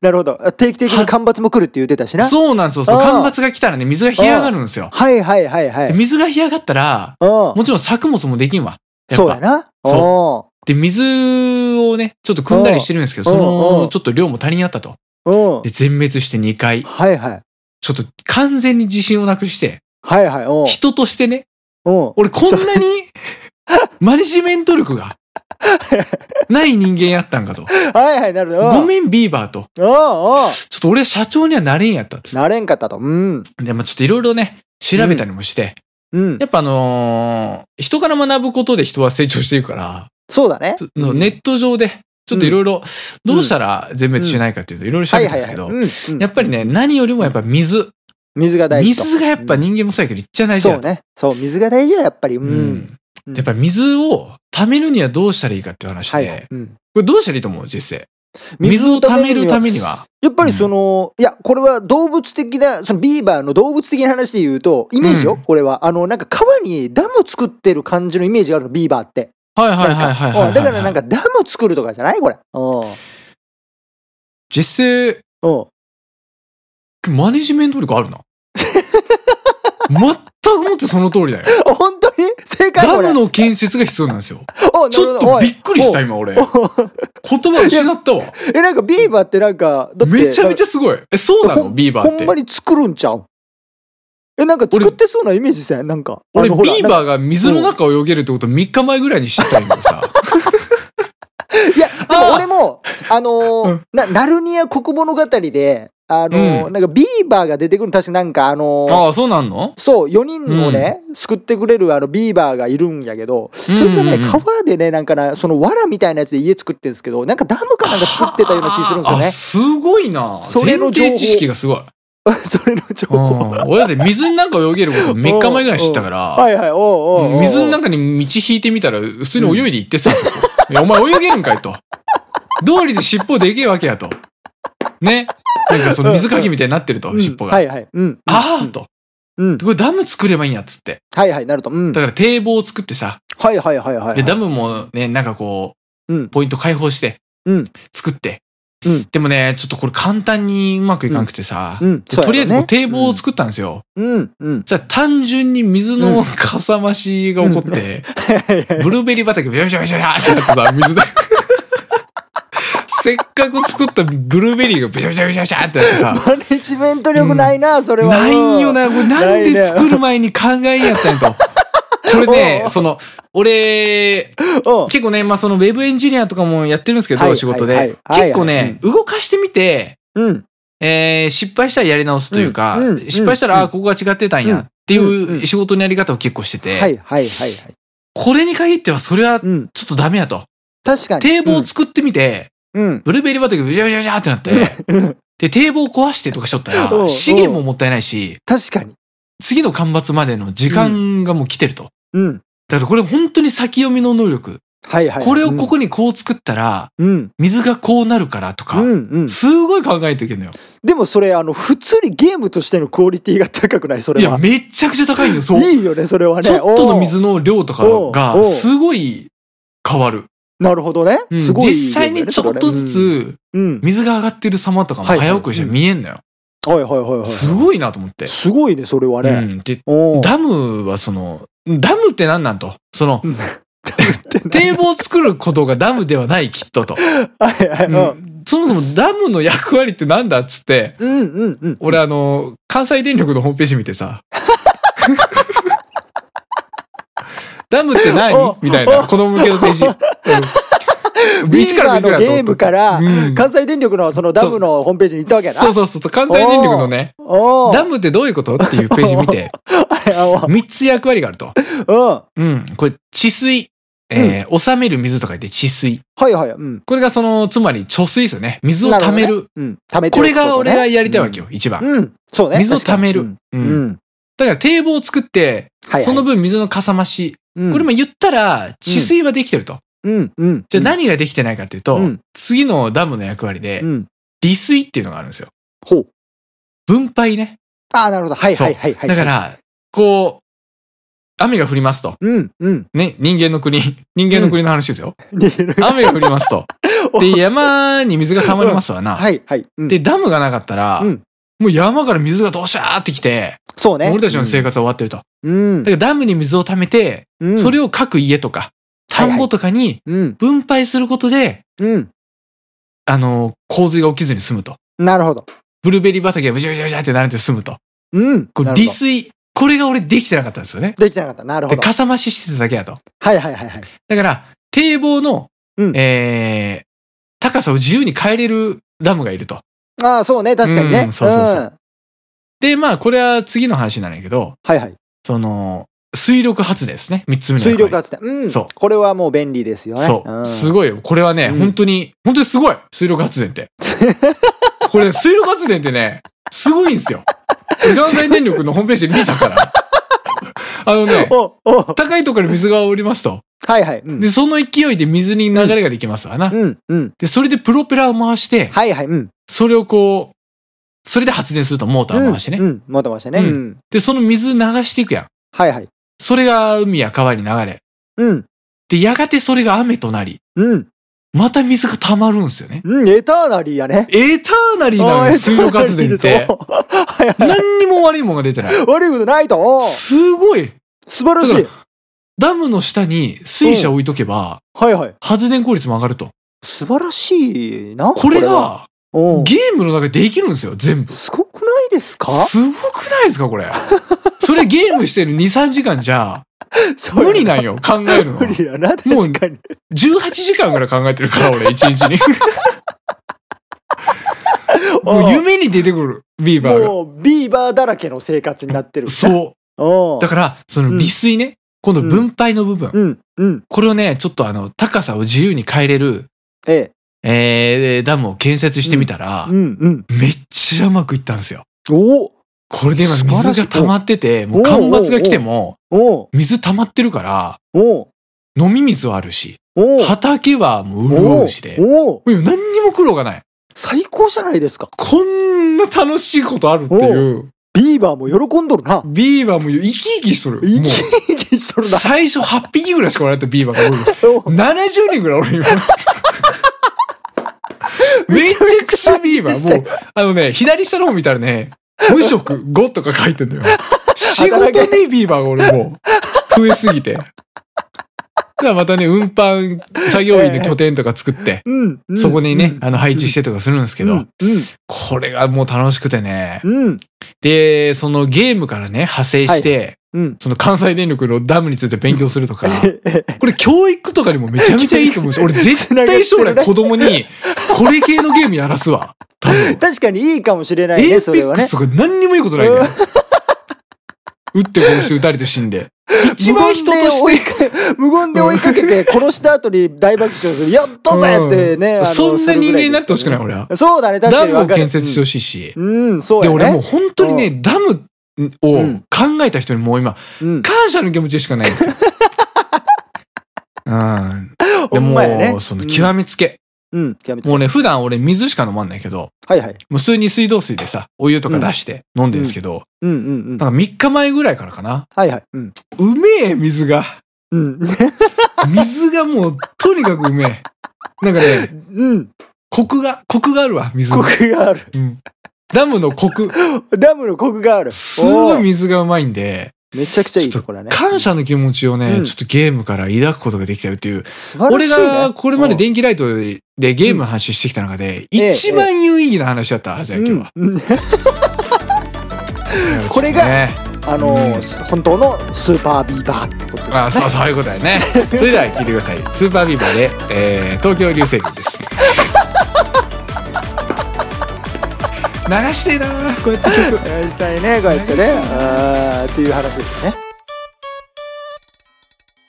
Speaker 1: なるほど定期的に干ばつも来るって言ってたしな
Speaker 2: そうなんですよ。そう
Speaker 1: うん
Speaker 2: 干ばつが来たらね、水が干上がるんですよ。
Speaker 1: はいはいはいは
Speaker 2: で
Speaker 1: い
Speaker 2: 水が干上がったら、
Speaker 1: うん
Speaker 2: もちろん作物もできんわ。やっ
Speaker 1: そうや
Speaker 2: ぱ。
Speaker 1: なそ
Speaker 2: で、水をね、ちょっと汲んだりしてるんですけど、
Speaker 1: う
Speaker 2: そ
Speaker 1: んう
Speaker 2: の、
Speaker 1: ん
Speaker 2: ちょっと量も足りにあったと。
Speaker 1: うん
Speaker 2: で、全滅して2回。
Speaker 1: はいはい
Speaker 2: ちょっと完全に自信をなくして、
Speaker 1: はいはいうん
Speaker 2: 人としてね、
Speaker 1: うん
Speaker 2: 俺こん なにマネジメント力がない人間やったんかと。
Speaker 1: はいはいなるほど
Speaker 2: ごめんビーバーと。
Speaker 1: うんうん
Speaker 2: ちょっと俺は社長にはなれんやったっつっ
Speaker 1: なれんかったとうん
Speaker 2: て。で、まあちょっといろいろね、調べたりもして、
Speaker 1: うん
Speaker 2: やっぱあのー人から学ぶことで人は成長していくから、
Speaker 1: そうだね
Speaker 2: ちょのネット上で、ちょっといろいろ、どうしたら全滅しないかっていうといろいろ調
Speaker 1: は
Speaker 2: べ
Speaker 1: い
Speaker 2: たん
Speaker 1: はい
Speaker 2: です
Speaker 1: はい
Speaker 2: け
Speaker 1: う
Speaker 2: ど、
Speaker 1: んうん
Speaker 2: やっぱりね、何よりもやっぱ水。
Speaker 1: 水が大事と
Speaker 2: 水がやっぱ人間もそうやけど、いっちゃ大事
Speaker 1: そ
Speaker 2: だ
Speaker 1: うねそう水が大事だやっぱりう
Speaker 2: うんん。やっぱり水を貯めるにはどうしたらいいかっていう話で、
Speaker 1: はいはいうん
Speaker 2: これどうしたらいいと思う実際。水を貯めるためには。
Speaker 1: やっぱりその、いや、これは動物的な、そのビーバーの動物的な話で言うと、イメージよ、
Speaker 2: うん
Speaker 1: これは。あの、なんか川にダム作ってる感じのイメージがあるの、ビーバーって。
Speaker 2: はいはいはいはいはい、
Speaker 1: うんだからなんかダム作るとかじゃないこれ。う
Speaker 2: 実際、
Speaker 1: ん。うん。
Speaker 2: マネジメント力あ るな。全くもってその通りだよ。
Speaker 1: 本当に正解
Speaker 2: ダ
Speaker 1: これ。
Speaker 2: ムの建設が必要なんですよ。
Speaker 1: お
Speaker 2: ちょっとびっくりした、
Speaker 1: よ。
Speaker 2: 今俺。
Speaker 1: お
Speaker 2: 言葉失ったわ。
Speaker 1: いえ、なんかビーバーってなんか、だって
Speaker 2: めちゃめち
Speaker 1: ゃ
Speaker 2: ゃすごい。え、そうな
Speaker 1: ほ
Speaker 2: の
Speaker 1: ん
Speaker 2: ビーバーっ
Speaker 1: ほんま
Speaker 2: て。
Speaker 1: に作るんちゃうえ、なんか作ってそうなイメージさ、なんか。
Speaker 2: 俺、
Speaker 1: あ
Speaker 2: ビ
Speaker 1: のほらな
Speaker 2: ー
Speaker 1: んか
Speaker 2: バーが水の中を泳げるってこと3日前ぐらいに知ったんやけどさ。
Speaker 1: いや、でも俺も、あのー
Speaker 2: うん
Speaker 1: な、ナルニア国物語で、あのー
Speaker 2: う
Speaker 1: なんかビーバーが出てくるの確かなん かあのー
Speaker 2: ああ、そうなんの
Speaker 1: そう、4人をね、救ってくれるあのビーバーがいるんやけど、そいつが
Speaker 2: うんう
Speaker 1: ね、
Speaker 2: んうん
Speaker 1: 川でね、なんかな、その藁みたいなやつで家作ってるんですけど、なんかダムかなんか作ってたような気するんですよ
Speaker 2: あ
Speaker 1: ね。
Speaker 2: すごいな。
Speaker 1: それの
Speaker 2: 前
Speaker 1: 情報
Speaker 2: 提知識がすごい。
Speaker 1: それの情
Speaker 2: う
Speaker 1: 報。
Speaker 2: ん、俺だって水の中泳げること3日前ぐらいに知ったか
Speaker 1: は
Speaker 2: ら、
Speaker 1: いはい、おうおうおうおう
Speaker 2: 水の中に道引いてみたら、普通に泳いで行っ てさ、そこいや、お前泳げるんかいと。道理で尻尾でけえわけやと。ね。なんかその水かきみたいになってると、
Speaker 1: うん
Speaker 2: 尻尾が。
Speaker 1: はいはい。うん。
Speaker 2: あ
Speaker 1: う
Speaker 2: あ
Speaker 1: ん
Speaker 2: と。
Speaker 1: うん。
Speaker 2: これダム作ればいいんやっつって。
Speaker 1: はいはい、なると。うん。
Speaker 2: だから堤防を作ってさ、
Speaker 1: はいはいはいはい。
Speaker 2: で、ダムもね、なんかこ
Speaker 1: う
Speaker 2: う、
Speaker 1: ん
Speaker 2: ポイント解放して
Speaker 1: うん、
Speaker 2: 作って
Speaker 1: うん。
Speaker 2: でもね、ちょっとこれ簡単にうまくいかなくてさ、
Speaker 1: うん。
Speaker 2: でとりあえずこう堤防を
Speaker 1: る。
Speaker 2: 作ったんですよ。
Speaker 1: うん。うん。
Speaker 2: じゃあ単純に水
Speaker 1: う
Speaker 2: の
Speaker 1: ん
Speaker 2: かさ増しが起こって、
Speaker 1: はいはいはい
Speaker 2: ブルーベリー畑ビャビャビャビャビャってなってさ、水だ。せっかく作ったブルーベリーがビャビャビャビャってなってさ、
Speaker 1: マネジメント力ないな、それは。
Speaker 2: ないんよ
Speaker 1: な。
Speaker 2: な、これなん
Speaker 1: ないね
Speaker 2: で作る前に考えんやったんやと。これね
Speaker 1: お、う
Speaker 2: その、俺、
Speaker 1: うん。
Speaker 2: 結構ね、まあそのウェブエンジニアとかもやってるんですけ
Speaker 1: は
Speaker 2: ど、
Speaker 1: い
Speaker 2: 仕事
Speaker 1: はいは
Speaker 2: で
Speaker 1: い。はいはい
Speaker 2: 結構ね、動かしてみて、
Speaker 1: うん。
Speaker 2: えー失敗したらやり直すというか、
Speaker 1: うんうん
Speaker 2: 失敗したら、
Speaker 1: うん
Speaker 2: ああ、ここが違ってたんやって
Speaker 1: うんう
Speaker 2: いうん仕事のやり方を結構して
Speaker 1: は
Speaker 2: て、
Speaker 1: いはいはいはい。
Speaker 2: これに限ってはそれはちょ
Speaker 1: うん。
Speaker 2: っとダメやと。
Speaker 1: 確かに。
Speaker 2: 堤防を作ってみて、
Speaker 1: うん。
Speaker 2: ブルーベリー畑がビジャビジャビジャってなって、
Speaker 1: うん
Speaker 2: で、堤防を壊してとかしと った
Speaker 1: うんう
Speaker 2: ら、
Speaker 1: ん
Speaker 2: 資源ももったいないし、
Speaker 1: 確かに。
Speaker 2: 次の干ばつまでの時間がもう来てると。
Speaker 1: うん。
Speaker 2: だからこれ本当に先読みの能力。
Speaker 1: はいはい。
Speaker 2: これをここにこう作ったら、
Speaker 1: うん。
Speaker 2: 水がこうなるからと
Speaker 1: うん。う
Speaker 2: か、
Speaker 1: ん。うん。
Speaker 2: すごい考えていけんのよ。
Speaker 1: でもそれ、あの、普通にゲームとしてのクオリティが高くないそ
Speaker 2: い
Speaker 1: れ
Speaker 2: や、
Speaker 1: は。
Speaker 2: めっちゃくちゃ高いんよ、そう。
Speaker 1: いいよね、それはね。
Speaker 2: ちょっとの水の量とか
Speaker 1: おうお
Speaker 2: が
Speaker 1: う
Speaker 2: すごい変わる。
Speaker 1: なるほどね。
Speaker 2: うん
Speaker 1: すごい、
Speaker 2: 実際にちょっとず
Speaker 1: つ。
Speaker 2: つ
Speaker 1: うん。
Speaker 2: 水が上がってる様とかも
Speaker 1: はいはい
Speaker 2: 早送りして見えんのよ。
Speaker 1: はいはいはいはい。
Speaker 2: すごいなと思って。
Speaker 1: すごいね、それは
Speaker 2: う
Speaker 1: ね。
Speaker 2: ん、で
Speaker 1: おー
Speaker 2: ダムはその、ダムって何なんと。その、堤防を作ることがダムではないきっとと。
Speaker 1: はいはい。
Speaker 2: う
Speaker 1: うん
Speaker 2: んそもそもダムの役割ってなんだっつって、
Speaker 1: うんうんうん。
Speaker 2: 俺あの、関西電力のホームページ見て さ、ダムって何
Speaker 1: お
Speaker 2: みたいな、子供向け のページ。うん
Speaker 1: ビ
Speaker 2: 一
Speaker 1: ー
Speaker 2: か
Speaker 1: バー
Speaker 2: ら見
Speaker 1: の
Speaker 2: る
Speaker 1: ゲームから、関西電力のそのダムのホームページに行ったわけやな。
Speaker 2: そうそうそうそう、関西電力のね、
Speaker 1: おー
Speaker 2: ダムってどういうことっていうページ 見て、
Speaker 1: はい
Speaker 2: 3つ役割があると。
Speaker 1: あ
Speaker 2: うん、これ、治水。えー収める水とか言って治水。
Speaker 1: うん。はいはい。うん。
Speaker 2: これがその、つまり貯水ですよね。水を貯め
Speaker 1: なる
Speaker 2: る。
Speaker 1: うん。貯めて
Speaker 2: こ
Speaker 1: おく
Speaker 2: れ
Speaker 1: とね
Speaker 2: が俺がやりたいわけよ、一番。
Speaker 1: うん。うん。そうね。
Speaker 2: 水を貯める
Speaker 1: 確か
Speaker 2: う。
Speaker 1: に。うんん。
Speaker 2: だから堤防を作って、
Speaker 1: はいはい。
Speaker 2: その分水のかさ増し。
Speaker 1: うん、
Speaker 2: これも言ったら、治水はできてると。
Speaker 1: うん、うん。
Speaker 2: じゃあ何ができてないかっていうと、
Speaker 1: うん
Speaker 2: 次のダムの役割で
Speaker 1: う、ん。
Speaker 2: 利水っていうのがあるんですよ。
Speaker 1: ほう。
Speaker 2: 分配ね。
Speaker 1: ああ、なるほど。はいはいはいはい。
Speaker 2: だか、ら、こう、雨が降りますと。
Speaker 1: うん、 うん。
Speaker 2: ね、人間の国、人間の国の話 ですよ。
Speaker 1: 似てる
Speaker 2: 雨が降りますと。で、山に水が溜まりますわな。
Speaker 1: はいはい。うん、
Speaker 2: で、ダムがなかったら、
Speaker 1: うん
Speaker 2: もう山から水がドシャーってきて、
Speaker 1: そうね。
Speaker 2: 俺たちの生活は終わってると。だ
Speaker 1: うん。
Speaker 2: からダムに水を溜めて、
Speaker 1: うん、
Speaker 2: それ
Speaker 1: を、
Speaker 2: を各家とか、
Speaker 1: はい
Speaker 2: 田んぼとかに
Speaker 1: うん、
Speaker 2: 分配することで、
Speaker 1: うん。
Speaker 2: あの、洪水が起きずに済むと。
Speaker 1: なるほど。
Speaker 2: ブルーベリー畑がブチャブチャブチャってなれて済むと。
Speaker 1: うん。
Speaker 2: こ
Speaker 1: なるほど
Speaker 2: れ利水。これが俺できてなかったんですよね。
Speaker 1: できてなかった。なるほ
Speaker 2: で、
Speaker 1: ど。
Speaker 2: かさ増ししてただけだと。
Speaker 1: はいはいはいはい。
Speaker 2: だから、堤防の、
Speaker 1: うん
Speaker 2: えー、高さを自由に変えれるダムがいると。
Speaker 1: ああ、そうね。確かにね。
Speaker 2: うんそうそうそうんで、まあ、これは次の話になるんやけど、
Speaker 1: はいはい。
Speaker 2: その、水力発電ですね。三つ目の
Speaker 1: 水
Speaker 2: 役割。
Speaker 1: 力発電。うん。
Speaker 2: そう
Speaker 1: これはもう便利ですよね。
Speaker 2: そう。
Speaker 1: ん
Speaker 2: すごいよ。これはね、
Speaker 1: うん
Speaker 2: 本当に、本当にすごい水力発電 って。これ、ね、水力発電ってね、すごいんですよ。関西電力のホームページで見たから。あのね、
Speaker 1: おおは
Speaker 2: 高いところに水が降りますと。
Speaker 1: いはい。うん
Speaker 2: で、。その勢いで水に流れができますわな。
Speaker 1: うん。うん。
Speaker 2: で、それでプロペラを回して、
Speaker 1: はいはい。うん。
Speaker 2: それをこう、それで発電するとモーターを回してね。
Speaker 1: うん。うんもたましてね。
Speaker 2: う
Speaker 1: うんん。
Speaker 2: で、その水流していくやん。
Speaker 1: はいはい。
Speaker 2: それが海や川に流れ。
Speaker 1: うん。
Speaker 2: で、やがてそれが雨となり、
Speaker 1: うん。
Speaker 2: また水が溜まるんですよね。
Speaker 1: うん。エターナリーやね。
Speaker 2: エターナリーなのよ、水力発電って
Speaker 1: そ。うはいはい。
Speaker 2: 何にも悪いもんが出てない。
Speaker 1: 悪いことないと。おー
Speaker 2: すごい
Speaker 1: 素晴らし
Speaker 2: だ
Speaker 1: い
Speaker 2: か。ダムの下に水車置いとけば、
Speaker 1: はいはい。
Speaker 2: 発電効率も上がると。
Speaker 1: 素晴らしいな。
Speaker 2: これ
Speaker 1: は、
Speaker 2: が、
Speaker 1: おー
Speaker 2: ゲームの中でできるんですよ、全部。
Speaker 1: すごくないですか
Speaker 2: すごくないですか、 これ。それゲームしてる2、3時間じ ゃ、
Speaker 1: そう
Speaker 2: 無理なんよ、考えるの。
Speaker 1: 無理やな、
Speaker 2: もう
Speaker 1: 確かに。
Speaker 2: 18時間ぐらい考えてるから、俺、1日に。 もう夢に出てくる、ビーバーが。
Speaker 1: もうビーバーだらけの生活になってる。
Speaker 2: そう。
Speaker 1: おー
Speaker 2: だから、その利水ね、今度分配の部分。
Speaker 1: うん、うん、
Speaker 2: これをね、ちょっとあの、高さを自由に変えれる、
Speaker 1: ええ。
Speaker 2: えー、ダムを建設してみたら、
Speaker 1: うん、うん。
Speaker 2: めっちゃうまくいったんですよ。
Speaker 1: おー
Speaker 2: これで今
Speaker 1: 素晴らしい
Speaker 2: 水が溜まってて、もう
Speaker 1: お
Speaker 2: 干ばつが来ても、
Speaker 1: おー
Speaker 2: 水溜まってるから、
Speaker 1: おー
Speaker 2: 飲み水はあるし、
Speaker 1: おー
Speaker 2: 畑はもう
Speaker 1: お
Speaker 2: 潤
Speaker 1: ー
Speaker 2: うしで、も
Speaker 1: おー
Speaker 2: う何にも苦労がない。
Speaker 1: 最高じゃないですか。
Speaker 2: こんな楽しいことあるっていう、
Speaker 1: ビーバーも喜んどるな。
Speaker 2: ビーバーも生き生きしとる。
Speaker 1: 生
Speaker 2: も
Speaker 1: き
Speaker 2: う
Speaker 1: 生きしと るな。
Speaker 2: 最初8匹ぐらいしかおられたビーバーが多い。
Speaker 1: おー
Speaker 2: 70人ぐらい俺今。 めちゃくちゃビーバー。もう、あのね、左下の方見たら ね、無職5とか書いてんのよ。仕事ね、ビーバーが俺も う、増えすぎて。だからまたね、運搬作業員の拠点とか作って、
Speaker 1: うん、うん
Speaker 2: そこにね、あの配置してとかするんですけ
Speaker 1: う
Speaker 2: ど
Speaker 1: ん、、うん、
Speaker 2: これがもう楽しくてね。
Speaker 1: うん、
Speaker 2: で、そのゲームからね、派生して、
Speaker 1: うん。
Speaker 2: その関西電力のダムについて勉強すると か、
Speaker 1: ええ
Speaker 2: これ教育とかにもめちゃめちゃいいと思うし、俺絶対将来子供にこれ系のゲームやら すわ。多分。
Speaker 1: 確かにいいかもしれな
Speaker 2: エ
Speaker 1: い
Speaker 2: イペ
Speaker 1: ね、それ
Speaker 2: ッ
Speaker 1: は
Speaker 2: ク
Speaker 1: ね
Speaker 2: ス。とか何にもいいことないね
Speaker 1: うん。
Speaker 2: 撃って殺して撃たれて死んで。一番人と
Speaker 1: 無言
Speaker 2: し
Speaker 1: で追いか無言で追いかけて殺した後に大爆笑する。やったぜってね。あ
Speaker 2: て、
Speaker 1: の
Speaker 2: そんな人間になってほしくない、
Speaker 1: それぐらです
Speaker 2: 俺
Speaker 1: ねそ
Speaker 2: は。
Speaker 1: うだね、確か
Speaker 2: ダ
Speaker 1: に
Speaker 2: ムを
Speaker 1: 分かる。
Speaker 2: 建設してほしいし。
Speaker 1: うん、そう
Speaker 2: で、
Speaker 1: やね。
Speaker 2: 俺もう本当にね、ダムを
Speaker 1: うん
Speaker 2: 考えた人にもう今、
Speaker 1: うん、
Speaker 2: 感謝の気持ちでしかないん ですよ。うん。で
Speaker 1: ほんまやね
Speaker 2: もう、その極めつけ。
Speaker 1: うん、極めつけ
Speaker 2: もうね、普段俺水しか飲まんないけど、
Speaker 1: はいはい。
Speaker 2: もう普通に水道水でさ、お湯とか出して飲んでるんですけど、
Speaker 1: うんうんうん。
Speaker 2: なんか3日前ぐらいからかな。
Speaker 1: はいはい。うん。
Speaker 2: うめえ、水が。
Speaker 1: うん。
Speaker 2: 水がもう、とにかくうめえ。なんかね、
Speaker 1: うん。
Speaker 2: コクが、コクがあるわ、水
Speaker 1: コ
Speaker 2: の。
Speaker 1: クがある。
Speaker 2: うんダムのコク。
Speaker 1: ダムのコクがある。
Speaker 2: すごい
Speaker 1: おー
Speaker 2: 水がうまいんで、
Speaker 1: めちゃくちゃいいところだね。
Speaker 2: 感謝の気持ちをね、
Speaker 1: うん
Speaker 2: ちょっとゲームから抱くことができたよっていう。
Speaker 1: 素晴らし
Speaker 2: 俺
Speaker 1: い、ね。
Speaker 2: がこれま
Speaker 1: う
Speaker 2: で
Speaker 1: ん
Speaker 2: 電気ライトでゲームの話してきた中で、
Speaker 1: ええ
Speaker 2: 一番有意義な話だったはずだよ、今日は。
Speaker 1: うんうんこれが
Speaker 2: ね
Speaker 1: あのー
Speaker 2: うん
Speaker 1: 本当のスーパービーバーってことですね。
Speaker 2: あそうそういうことだよねそれでは聞いてくださいスーパービーバーで、えー東京流星群です 流してえなこうやって曲
Speaker 1: お願いしたいね、こうやってね。あーっていう話ですね。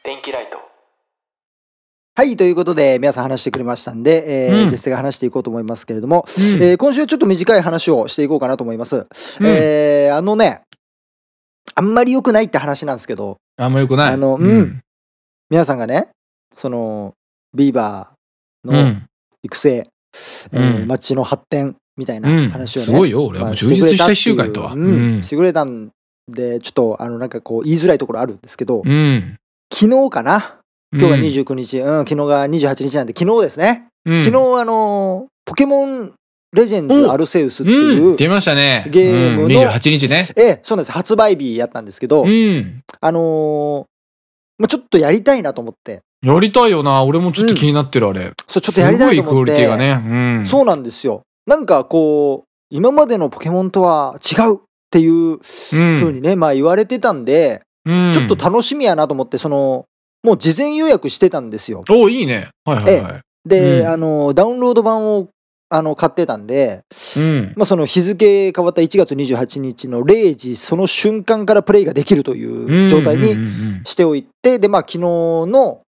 Speaker 3: 電気ライト
Speaker 1: はい、ということで、皆さん話してくれましたんで、えー
Speaker 2: うん
Speaker 1: ジェスが話していこうと思いますけれども、
Speaker 2: うん
Speaker 1: えー今週ちょっと短い話をしていこうかなと思います。
Speaker 2: うん
Speaker 1: えーあのね、あんまり良くないって話なんですけど、
Speaker 2: あんまよくない
Speaker 1: あのうん皆さんがね、その、ビーバー
Speaker 2: う
Speaker 1: の
Speaker 2: ん、
Speaker 1: 育成、えー
Speaker 2: うん
Speaker 1: 街の発展みたいな
Speaker 2: うん
Speaker 1: 話をね、
Speaker 2: すごいよ俺
Speaker 1: ま
Speaker 2: はも
Speaker 1: あ
Speaker 2: う充実した一週間とは
Speaker 1: し
Speaker 2: う
Speaker 1: てくれたっていううんん、してくれたんで、ちょっと、あの、なんかこう、言いづらいところあるんですけど、
Speaker 2: うん
Speaker 1: 昨日かな今
Speaker 2: うん
Speaker 1: 日が29日、うん、昨日が28日なんで、昨日ですね。
Speaker 2: うん
Speaker 1: 昨日、あのー、ポケモンレジェンズ
Speaker 2: お
Speaker 1: アルセウスっていう、
Speaker 2: うん出ましたね
Speaker 1: ゲームの
Speaker 2: うん、28日ね
Speaker 1: ええ、そうなんです。発売日やったんですけど、
Speaker 2: うん
Speaker 1: あのーもうちょっとやりたいなと思って、
Speaker 2: やりたいよな俺もちょっと気になってるあれ
Speaker 1: そう、ちょっと
Speaker 2: す
Speaker 1: やりた
Speaker 2: ご
Speaker 1: い
Speaker 2: い
Speaker 1: と
Speaker 2: ク
Speaker 1: 思
Speaker 2: オ
Speaker 1: っ
Speaker 2: リ
Speaker 1: て。
Speaker 2: ティがねうん
Speaker 1: そうなんですよ。なんかこう、今までのポケモンとは違うっていう風にね、まあ言われてたんで、
Speaker 2: うん
Speaker 1: ちょっと楽しみやなと思って、その、もう事前予約してたんですよ。
Speaker 2: おいいねはいはいはい
Speaker 1: で、
Speaker 2: うん
Speaker 1: あの、ダウンロード版を、あの、買ってたんで、
Speaker 2: うん
Speaker 1: まあ、その日付変わった1月28日の0時、その瞬間からプレイができるという状態
Speaker 2: うん
Speaker 1: に
Speaker 2: うんうん
Speaker 1: しておいて、で、まあ、昨日の、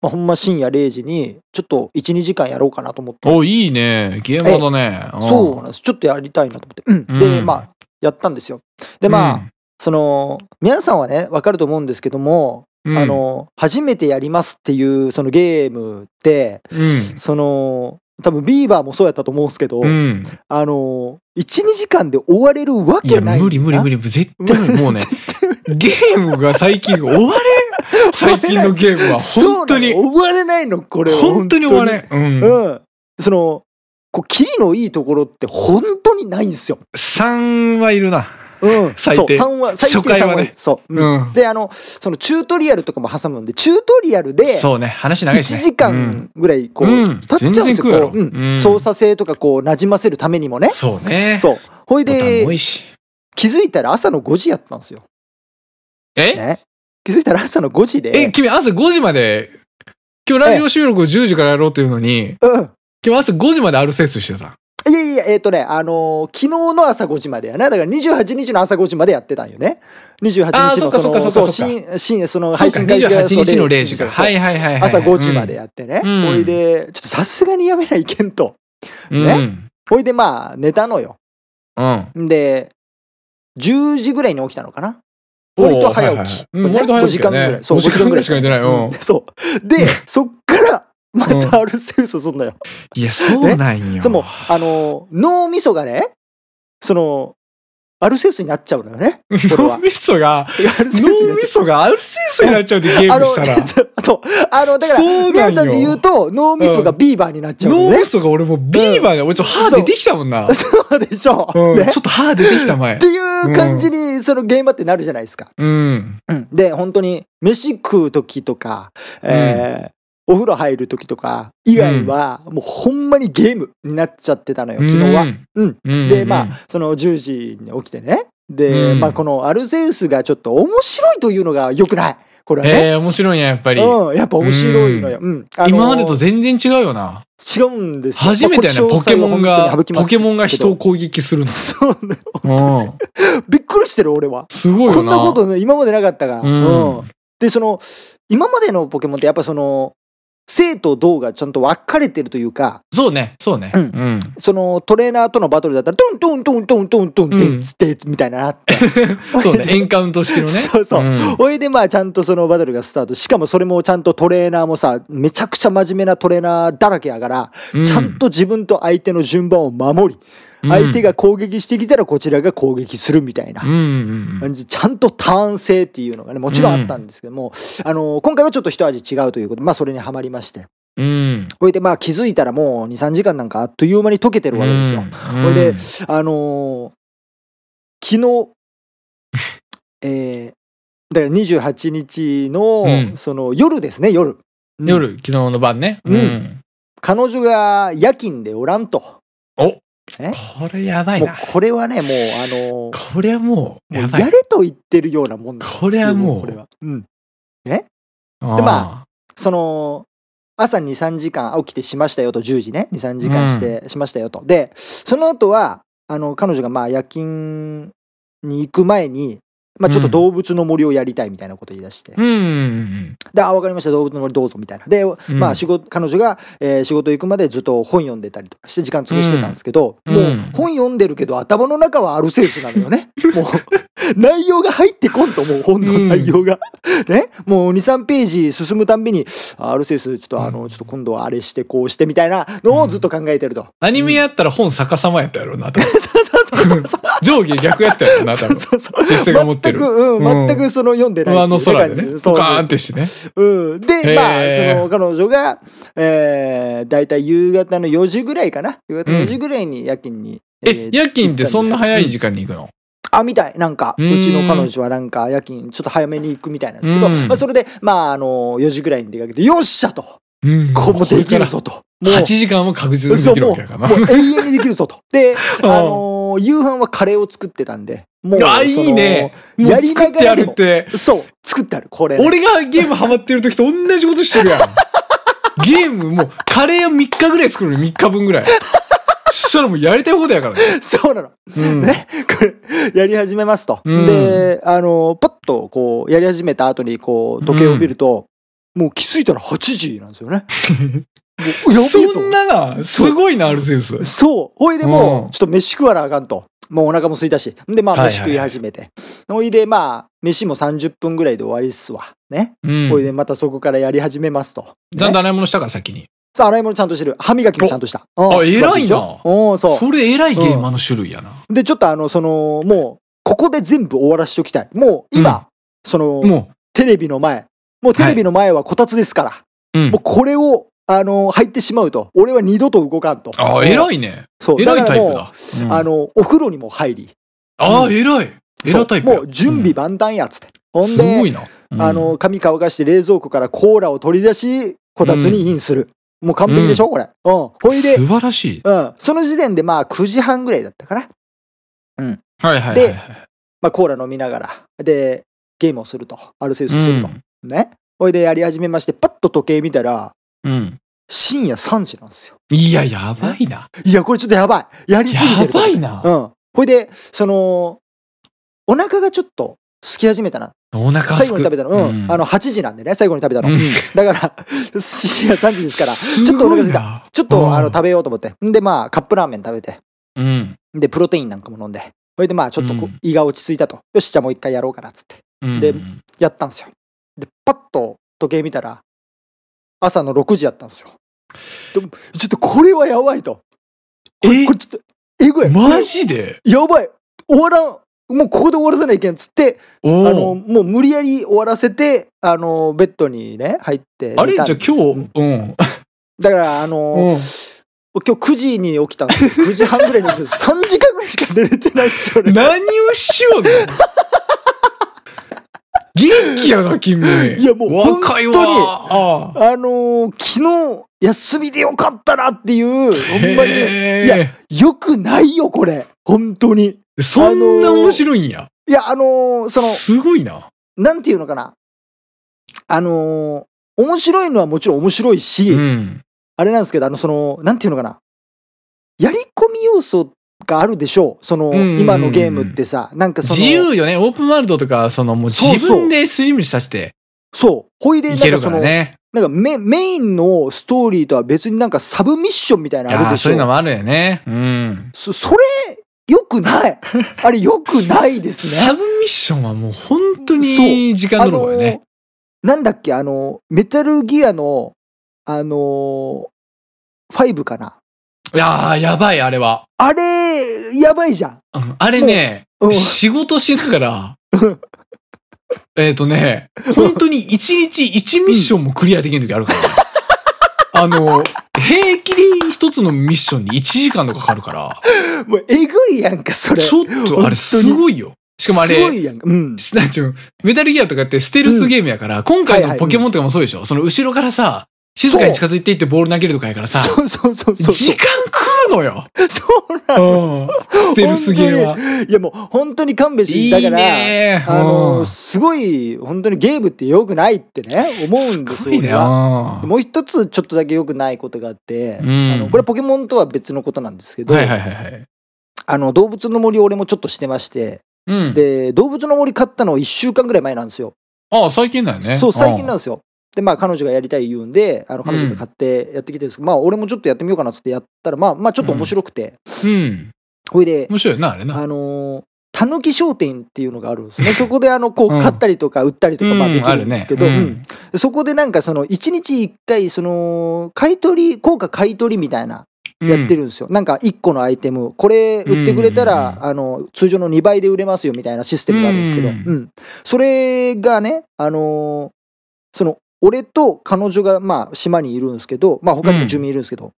Speaker 1: まあ、ほんま深夜0時に、ちょっと1、2時間やろうかなと思って、
Speaker 2: うんおいいねゲームだねん
Speaker 1: そうなんです。ちょっとやりたいなと思って、うんで、
Speaker 2: うん
Speaker 1: まあ、やったんですよ。で、まあ、その、皆さんはね、わかると思うんですけども、
Speaker 2: うん、
Speaker 1: あの、初めてやりますっていう、そのゲームって、
Speaker 2: う
Speaker 1: その、多分ビーバーもそうやったと思うんですけど、
Speaker 2: ん、うん、
Speaker 1: あの、1、2時間で終われるわ
Speaker 2: い
Speaker 1: け
Speaker 2: や
Speaker 1: ない。
Speaker 2: 無理無理無
Speaker 1: 理。
Speaker 2: 理絶対無理もうねゲームが最近終われん最近のゲームは本当に
Speaker 1: そうなの終われないの、これは。
Speaker 2: 本当に終われんうん、
Speaker 1: 本当にうん。その、こう、キリのいいところって本当にないんですよ。
Speaker 2: 3はいるな
Speaker 1: うん。
Speaker 2: 最低
Speaker 1: そう、3は、最低
Speaker 2: 初回
Speaker 1: 3
Speaker 2: は
Speaker 1: は
Speaker 2: ね
Speaker 1: ね。そう。うん
Speaker 2: うん
Speaker 1: で、あの、その、チュートリアルとかも挟むんで、チュートリアルで、
Speaker 2: そうね話長い
Speaker 1: 1
Speaker 2: ですね
Speaker 1: 時
Speaker 2: うん
Speaker 1: 間ぐらい、こう、
Speaker 2: うん
Speaker 1: 経っちゃうんです
Speaker 2: 全然食うやろ
Speaker 1: よ。こう、う。
Speaker 2: うんん
Speaker 1: 操作性とか、こう、馴染ませるためにもね。
Speaker 2: そうね
Speaker 1: そう。ほい
Speaker 2: ボタン
Speaker 1: で
Speaker 2: も多、いし
Speaker 1: 気づいたら朝の5時やったんですよ。
Speaker 2: え、
Speaker 1: ね。気づいたら朝の5時で。
Speaker 2: え君朝5時まで今日ラジオ収録を10時からやろうっていうのに
Speaker 1: うん。
Speaker 2: 今日朝5時までアルセウスしてた
Speaker 1: いやいや、えっ、とね、あのー昨日の朝5時までやな。だから28日の朝5時までやってたんよね。28
Speaker 2: あー
Speaker 1: 日
Speaker 2: そ
Speaker 1: の
Speaker 2: っかそっか
Speaker 1: の
Speaker 2: そっかそっ
Speaker 1: 新、新、その
Speaker 2: そう
Speaker 1: 配
Speaker 2: か
Speaker 1: 信開始
Speaker 2: 28日の
Speaker 1: そう
Speaker 2: 0時から
Speaker 1: そう
Speaker 2: はいはいはいはい
Speaker 1: 朝5時までやってね。
Speaker 2: うん
Speaker 1: おいで、ちょっとさすがにやめないけんと。
Speaker 2: うん、
Speaker 1: ねおいで、まあ、寝たのよ。
Speaker 2: うん
Speaker 1: んで、10時ぐらいに起きたのかな。割と早起き。
Speaker 2: おーはいはいはいうん割と早起きだね
Speaker 1: 5時間ぐらい。そう、
Speaker 2: 5時間ぐらいしか寝てない
Speaker 1: うん
Speaker 2: うん
Speaker 1: そう。で、そっから、またアルセウスすんだよ。
Speaker 2: いやそうなんよ
Speaker 1: その、あの、脳みそがね、その、アルセウスになっちゃうのよね。これ
Speaker 2: 脳
Speaker 1: は。
Speaker 2: みそが
Speaker 1: アルセウスに
Speaker 2: 脳
Speaker 1: なっ
Speaker 2: み
Speaker 1: ち
Speaker 2: そがアルセウスになっちゃうってゲ
Speaker 1: ゃう
Speaker 2: ームしたら
Speaker 1: あの、 そう。あの、だから、
Speaker 2: そうな
Speaker 1: 皆
Speaker 2: んよ
Speaker 1: さんで言うと、脳みそがビーバーになっちゃうの
Speaker 2: 脳
Speaker 1: ね
Speaker 2: み。そが俺もうビーバーで、俺ちょっと歯出てきたもんな、
Speaker 1: そうでしょう。
Speaker 2: うん
Speaker 1: ね
Speaker 2: ちょっと歯出てきた前
Speaker 1: っていう感じに、その現場ってなるじゃないですか。
Speaker 2: うん
Speaker 1: うんで、本当に、飯食う時とか、えーお風呂入る時とか、以外は、もうほんまにゲームになっちゃってたのよ、昨日は。うん
Speaker 2: うん
Speaker 1: で、まあ、その10時に起きてね。で、
Speaker 2: うん
Speaker 1: まあ、このアルゼウスがちょっと面白いというのが良くない。これはね。
Speaker 2: えー、面白いんややっぱり、
Speaker 1: うん、やっぱ面白いのよ。うん。あのー
Speaker 2: 今までと全然違うよな
Speaker 1: 違うんですよ。
Speaker 2: 初めてやね
Speaker 1: まあ
Speaker 2: ポケモンがポケモンが人を。
Speaker 1: こ
Speaker 2: 攻撃す
Speaker 1: れ
Speaker 2: るの
Speaker 1: 詳細は本当に省きますけどそうね。
Speaker 2: うん
Speaker 1: びっくりしてる、俺は。
Speaker 2: すごいよな
Speaker 1: こんなことね、今までなかったから。
Speaker 2: うん
Speaker 1: うんで、その、今までのポケモンってやっぱその、生と動がちゃんと分かれてるというか、
Speaker 2: そうねそうね
Speaker 1: うん
Speaker 2: ん
Speaker 1: そのトレーナーとのバトルだったら、ドンドンドンドンドンドン、デンツデンツみたいなのあって。
Speaker 2: そ うねエンカウント式のね
Speaker 1: そうそう
Speaker 2: うん
Speaker 1: おいでまあちゃんとそのバトルがスタートしかもそれもちゃんとトレーナーもさめちゃくちゃ真面目なトレーナーだらけやから、
Speaker 2: うん
Speaker 1: ちゃんと自分と相手の順番を守り
Speaker 2: うん
Speaker 1: 相手が攻撃してきたらこちらが攻撃するみたいな
Speaker 2: うんうんうん
Speaker 1: 感じちゃんとターン制っていうのがねもちろんあったんですけども、あの今回はちょっと一味違うということまあそれにはまりまして
Speaker 2: うん
Speaker 1: これでまあ気づいたらもう23時間なんかあっという間に溶けてるわけですよ。
Speaker 2: うん
Speaker 1: これで
Speaker 2: うん
Speaker 1: あのー 昨日えーだから28日の、
Speaker 2: うん
Speaker 1: その夜ですね夜、うん
Speaker 2: 夜昨日の晩ね
Speaker 1: うん彼女が夜勤でおらんとえ
Speaker 2: これやばい
Speaker 1: もう
Speaker 2: な
Speaker 1: これはねもうあ
Speaker 2: これはもう
Speaker 1: のー
Speaker 2: や
Speaker 1: も
Speaker 2: ば
Speaker 1: う
Speaker 2: い
Speaker 1: やれと言ってるようなもんなんですよ
Speaker 2: これはもう
Speaker 1: これは、うん、
Speaker 2: で
Speaker 1: でまその朝23時間起きてしましたよと10時ね23時間して、しましたよとでその後はあの彼女がまあ夜勤に行く前に、まあ、ちょっと動物の森をやりたいみたいなこと言い出して、
Speaker 2: うんうん
Speaker 1: で「あ分かりました動物の森どうぞ」みたいなで、
Speaker 2: うん
Speaker 1: まあ仕事彼女が、えー仕事行くまでずっと本読んでたりとかして時間潰してたんですけど、
Speaker 2: うん
Speaker 1: も
Speaker 2: う
Speaker 1: うん本読んでるけど頭の中はアルセウスなのよ ねもう内容が入ってこんともう本の内容が、 ねもう23ページ進むたんびに「あアルセウスちょっとあのちょっと今度はあれしてこうして」みたいなのをずっと考えてると。
Speaker 2: アニメやったら本逆さまやったやろうな多分
Speaker 1: そうそうそうそう
Speaker 2: 上下逆やったやろうな多
Speaker 1: そう
Speaker 2: 分
Speaker 1: そうそう
Speaker 2: 実際が持ってる
Speaker 1: 全く、うん
Speaker 2: うん
Speaker 1: 全くその読んでない
Speaker 2: あの空
Speaker 1: っ
Speaker 2: で
Speaker 1: ていう
Speaker 2: ね
Speaker 1: そうそうそう
Speaker 2: ポカーンってしてね
Speaker 1: うん、で、
Speaker 2: へー
Speaker 1: まあ、その彼女が、えー、大体夕方の4時ぐらいかな、夕方の
Speaker 2: うん
Speaker 1: 4時ぐらいに夜勤に。
Speaker 2: え夜勤ってそんな早い時間に行くの
Speaker 1: あ、みたい。なんか、
Speaker 2: うーん
Speaker 1: うちの彼女はなんか夜勤、ちょっと早めに行くみたいなんですけど、
Speaker 2: うん
Speaker 1: まあ、それで、まあ、あの、4時ぐらいに出かけて、よっしゃと、
Speaker 2: うん
Speaker 1: ここもできるぞと。も
Speaker 2: 8時間は確実に
Speaker 1: そ
Speaker 2: で
Speaker 1: う
Speaker 2: きる
Speaker 1: もう
Speaker 2: わ
Speaker 1: も
Speaker 2: けやから
Speaker 1: う永遠にできるぞと。 で、あ
Speaker 2: うん
Speaker 1: のー夕飯はカレーを作ってたんで、もう、
Speaker 2: なあい
Speaker 1: その
Speaker 2: いねもう
Speaker 1: やりな
Speaker 2: 作っ
Speaker 1: が
Speaker 2: てや
Speaker 1: らで
Speaker 2: るっ
Speaker 1: も、
Speaker 2: て
Speaker 1: そう、作ってある、これ。
Speaker 2: 俺がゲームハマってる時と同じことし てるやんゲームもうカレーを3日ぐらい作るのに3日分ぐらいそしたらもうやりたいことやからね
Speaker 1: そうなの。
Speaker 2: うん
Speaker 1: ね、こ れやり始めますと。
Speaker 2: うん
Speaker 1: であのパッとこうやり始めた後にこう時計を見ると、もう気づいたら8時なんです よね。もうやべえ
Speaker 2: そ
Speaker 1: と
Speaker 2: んななすごいなアルセウス
Speaker 1: そうほいでもう、
Speaker 2: うん
Speaker 1: ちょっと飯食わなあかんと。もうお腹も空いたし。で、まあ、
Speaker 2: はいはい
Speaker 1: 飯食い始めて。ほいで、まあ、飯も30分ぐらいで終わりっすわ。ね。
Speaker 2: うん
Speaker 1: ほいで、またそこからやり始めますと。
Speaker 2: ちゃんと洗い物したから先に
Speaker 1: さあ、洗い物ちゃんとしてる。歯磨きもちゃんとした。うん
Speaker 2: あ偉い
Speaker 1: 素
Speaker 2: な
Speaker 1: 晴らしでしょうん、そう。
Speaker 2: それ偉いゲーマーの種類やな
Speaker 1: で、ちょっとあの、その、もう、ここで全部終わらしときたい。もう、今、
Speaker 2: うん
Speaker 1: その、
Speaker 2: も
Speaker 1: テレビの前。もうテレビの前はこたつですから。
Speaker 2: ううん
Speaker 1: もうこれを、あの、入ってしまうと、俺は二度と動かんと。
Speaker 2: あ偉いね
Speaker 1: そう。
Speaker 2: 偉い
Speaker 1: だか
Speaker 2: タ
Speaker 1: ら
Speaker 2: イ
Speaker 1: も
Speaker 2: プ
Speaker 1: う
Speaker 2: だ
Speaker 1: あ
Speaker 2: あの
Speaker 1: の、お風呂にも入り。
Speaker 2: あー偉い
Speaker 1: そ
Speaker 2: 偉
Speaker 1: う
Speaker 2: いタイプや
Speaker 1: もう準備万端やつって。ほん
Speaker 2: すご
Speaker 1: で、
Speaker 2: いなうん
Speaker 1: あの、髪乾かして冷蔵庫からコーラを取り出し、こたつにインする。もう完璧でしょ、これ。うん。ほいで、
Speaker 2: 素晴らしい
Speaker 1: うん。その時点でまあ9時半ぐらいだったかな。
Speaker 2: はいはいはいはい
Speaker 1: まあコーラ飲みながら。で、ゲームをすると。アルセウスすると。
Speaker 2: う
Speaker 1: ね。ほいでやり始めまして、パッと時計見たら、
Speaker 2: んうん
Speaker 1: 深夜3時なんですよ。
Speaker 2: いややばいない
Speaker 1: や、これちょっとやばい。やりすぎて
Speaker 2: や
Speaker 1: ると。
Speaker 2: ばいな
Speaker 1: うん。ほいで、その、お腹がちょっと空き始めたな。
Speaker 2: お腹
Speaker 1: 最
Speaker 2: す
Speaker 1: 後
Speaker 2: く
Speaker 1: に食べたの。うん。あの、8時なんでね、最後に食べたの。
Speaker 2: うん
Speaker 1: だから、深夜3時ですから、
Speaker 2: す
Speaker 1: ちょっとお
Speaker 2: ご
Speaker 1: 腹
Speaker 2: い
Speaker 1: すいた。
Speaker 2: な
Speaker 1: ちょっと、あの、
Speaker 2: うん
Speaker 1: 食べようと思って。んで、まあ、カップラーメン食べて。
Speaker 2: うん
Speaker 1: んで、プロテインなんかも飲んで。ほいで、まあ、ちょっとこ
Speaker 2: うん
Speaker 1: 胃が落ち着いたと。よし、じゃあもう一回やろうかな、つって。
Speaker 2: うん
Speaker 1: でやったんですよ。で、パッと時計見たら、朝の6時やったんですよ。でもちょっとこれはやばいと。これ
Speaker 2: え
Speaker 1: これちょっと、えぐい。
Speaker 2: マジで
Speaker 1: やばい終わらんもうここで終わらせないけんっつって、あの、
Speaker 2: おー
Speaker 1: もう無理やり終わらせて、あの、ベッドにね、入って寝た
Speaker 2: あれじゃあ今日うん
Speaker 1: だから、あの、
Speaker 2: うん
Speaker 1: 今日9時に起きたんですよ。9時半ぐらいに起きて、3時間ぐらいしか寝れてないっすよね。
Speaker 2: 何をしようね元気やな君
Speaker 1: いやもう
Speaker 2: 若いわ
Speaker 1: 本
Speaker 2: ああ
Speaker 1: あの昨日、休みでよかったなっていう、ほんまにね、
Speaker 2: へえ
Speaker 1: いやよくないよ、これ。本当に。
Speaker 2: そんな面白いんや、
Speaker 1: いや、あのその、
Speaker 2: すごいな
Speaker 1: なんていうのかな。あの面白いのはもちろん面白いし、
Speaker 2: うん
Speaker 1: あれなんですけど、あの、その、なんていうのかな。やり込み要素があるでしょう。その、
Speaker 2: んうんうん
Speaker 1: 今のゲームってさ、なんかその、
Speaker 2: 自由よねオープンワールドとかそのもう
Speaker 1: そうそう
Speaker 2: 自分で筋道させて
Speaker 1: そう。ほいで、
Speaker 2: い
Speaker 1: な
Speaker 2: け
Speaker 1: んか
Speaker 2: るか
Speaker 1: そ
Speaker 2: ら
Speaker 1: の、
Speaker 2: ね
Speaker 1: なんかメメインのストーリーとは別になんかサブミッションみたいなのあ
Speaker 2: あ
Speaker 1: る
Speaker 2: あ
Speaker 1: でし
Speaker 2: そう
Speaker 1: ょ
Speaker 2: いうのもあるよねうん
Speaker 1: そそれ、よく ない。あれ、よくないです
Speaker 2: サ
Speaker 1: ね。
Speaker 2: ブミッションはもう本当
Speaker 1: そ
Speaker 2: に時間
Speaker 1: あ
Speaker 2: 泥棒よね
Speaker 1: の、なんだっけ、あの、メタルギアの、あの、5かな。
Speaker 2: いやー、やばい、あれは。
Speaker 1: あれ、やばいじゃん。
Speaker 2: うんあれね、
Speaker 1: うん
Speaker 2: 仕事しな がら、えっとね、本当に1日1ミッションもクリアできる時あるからね。あの、平気で一つのミッションに1時間とかかかるから、
Speaker 1: もう、えぐいやんか、それ。
Speaker 2: ち
Speaker 1: す
Speaker 2: ょっとあれすごいよ。しかもあ
Speaker 1: ご
Speaker 2: れ、
Speaker 1: いやんか。うん。
Speaker 2: なんちゅうメタルギアとかってステルスゲームやから、今
Speaker 1: は
Speaker 2: 回
Speaker 1: いは
Speaker 2: の
Speaker 1: い
Speaker 2: ポケモンとかもそうでしょその後ろからさ、静かに近づいていってボール投げるとかやからさ、
Speaker 1: そうそうそうそう。
Speaker 2: 時間食うのよ。
Speaker 1: そうなの
Speaker 2: うんステルスゲーは。
Speaker 1: いやもう本当に勘弁し
Speaker 2: い
Speaker 1: て
Speaker 2: い
Speaker 1: だから
Speaker 2: ね
Speaker 1: あ
Speaker 2: うん
Speaker 1: のすごい本当にゲームって良くないってね思うんですす
Speaker 2: ごいね。
Speaker 1: 俺は
Speaker 2: あー
Speaker 1: もう一つちょっとだけ良くないことがあって、
Speaker 2: うん
Speaker 1: あのこれポケモンとは別のことなんですけど、
Speaker 2: はいはいはいはい。
Speaker 1: あの動物の森を俺もちょっとしてまして、
Speaker 2: うん。
Speaker 1: で動物の森買ったの1週間ぐらい前なんですよ。
Speaker 2: ああ、最近だよね。
Speaker 1: そう最近なん
Speaker 2: ん
Speaker 1: ですよ。でまあ彼女がやりたい言うんであの彼女が買ってやってきてるんですけど、まあ俺もちょっとやってみようかなっつってやったらまあまあちょっと面白くて、
Speaker 2: うん。
Speaker 1: ほいで
Speaker 2: 面白いな、あれな。
Speaker 1: あのーたぬき商店っていうのがあるんです ね。そこであの、こ
Speaker 2: うん
Speaker 1: う、買ったりとか売ったりとか、まあ
Speaker 2: うん
Speaker 1: できるんですけど、
Speaker 2: あるね
Speaker 1: うんそこでなんかその、1日1回、その、買い取り、効果買い取りみたいな、
Speaker 2: うん
Speaker 1: やってるんですよ。なんか1個のアイテム、これ売ってくれた
Speaker 2: うんうん
Speaker 1: ら、あの、通常の2倍で売れますよみたいなシステムがあるんですけど、
Speaker 2: う
Speaker 1: うんん。それがね、あのーその、俺と彼女が、まあ、島にいるんですけど、まあ、他にも住民いるんですけど、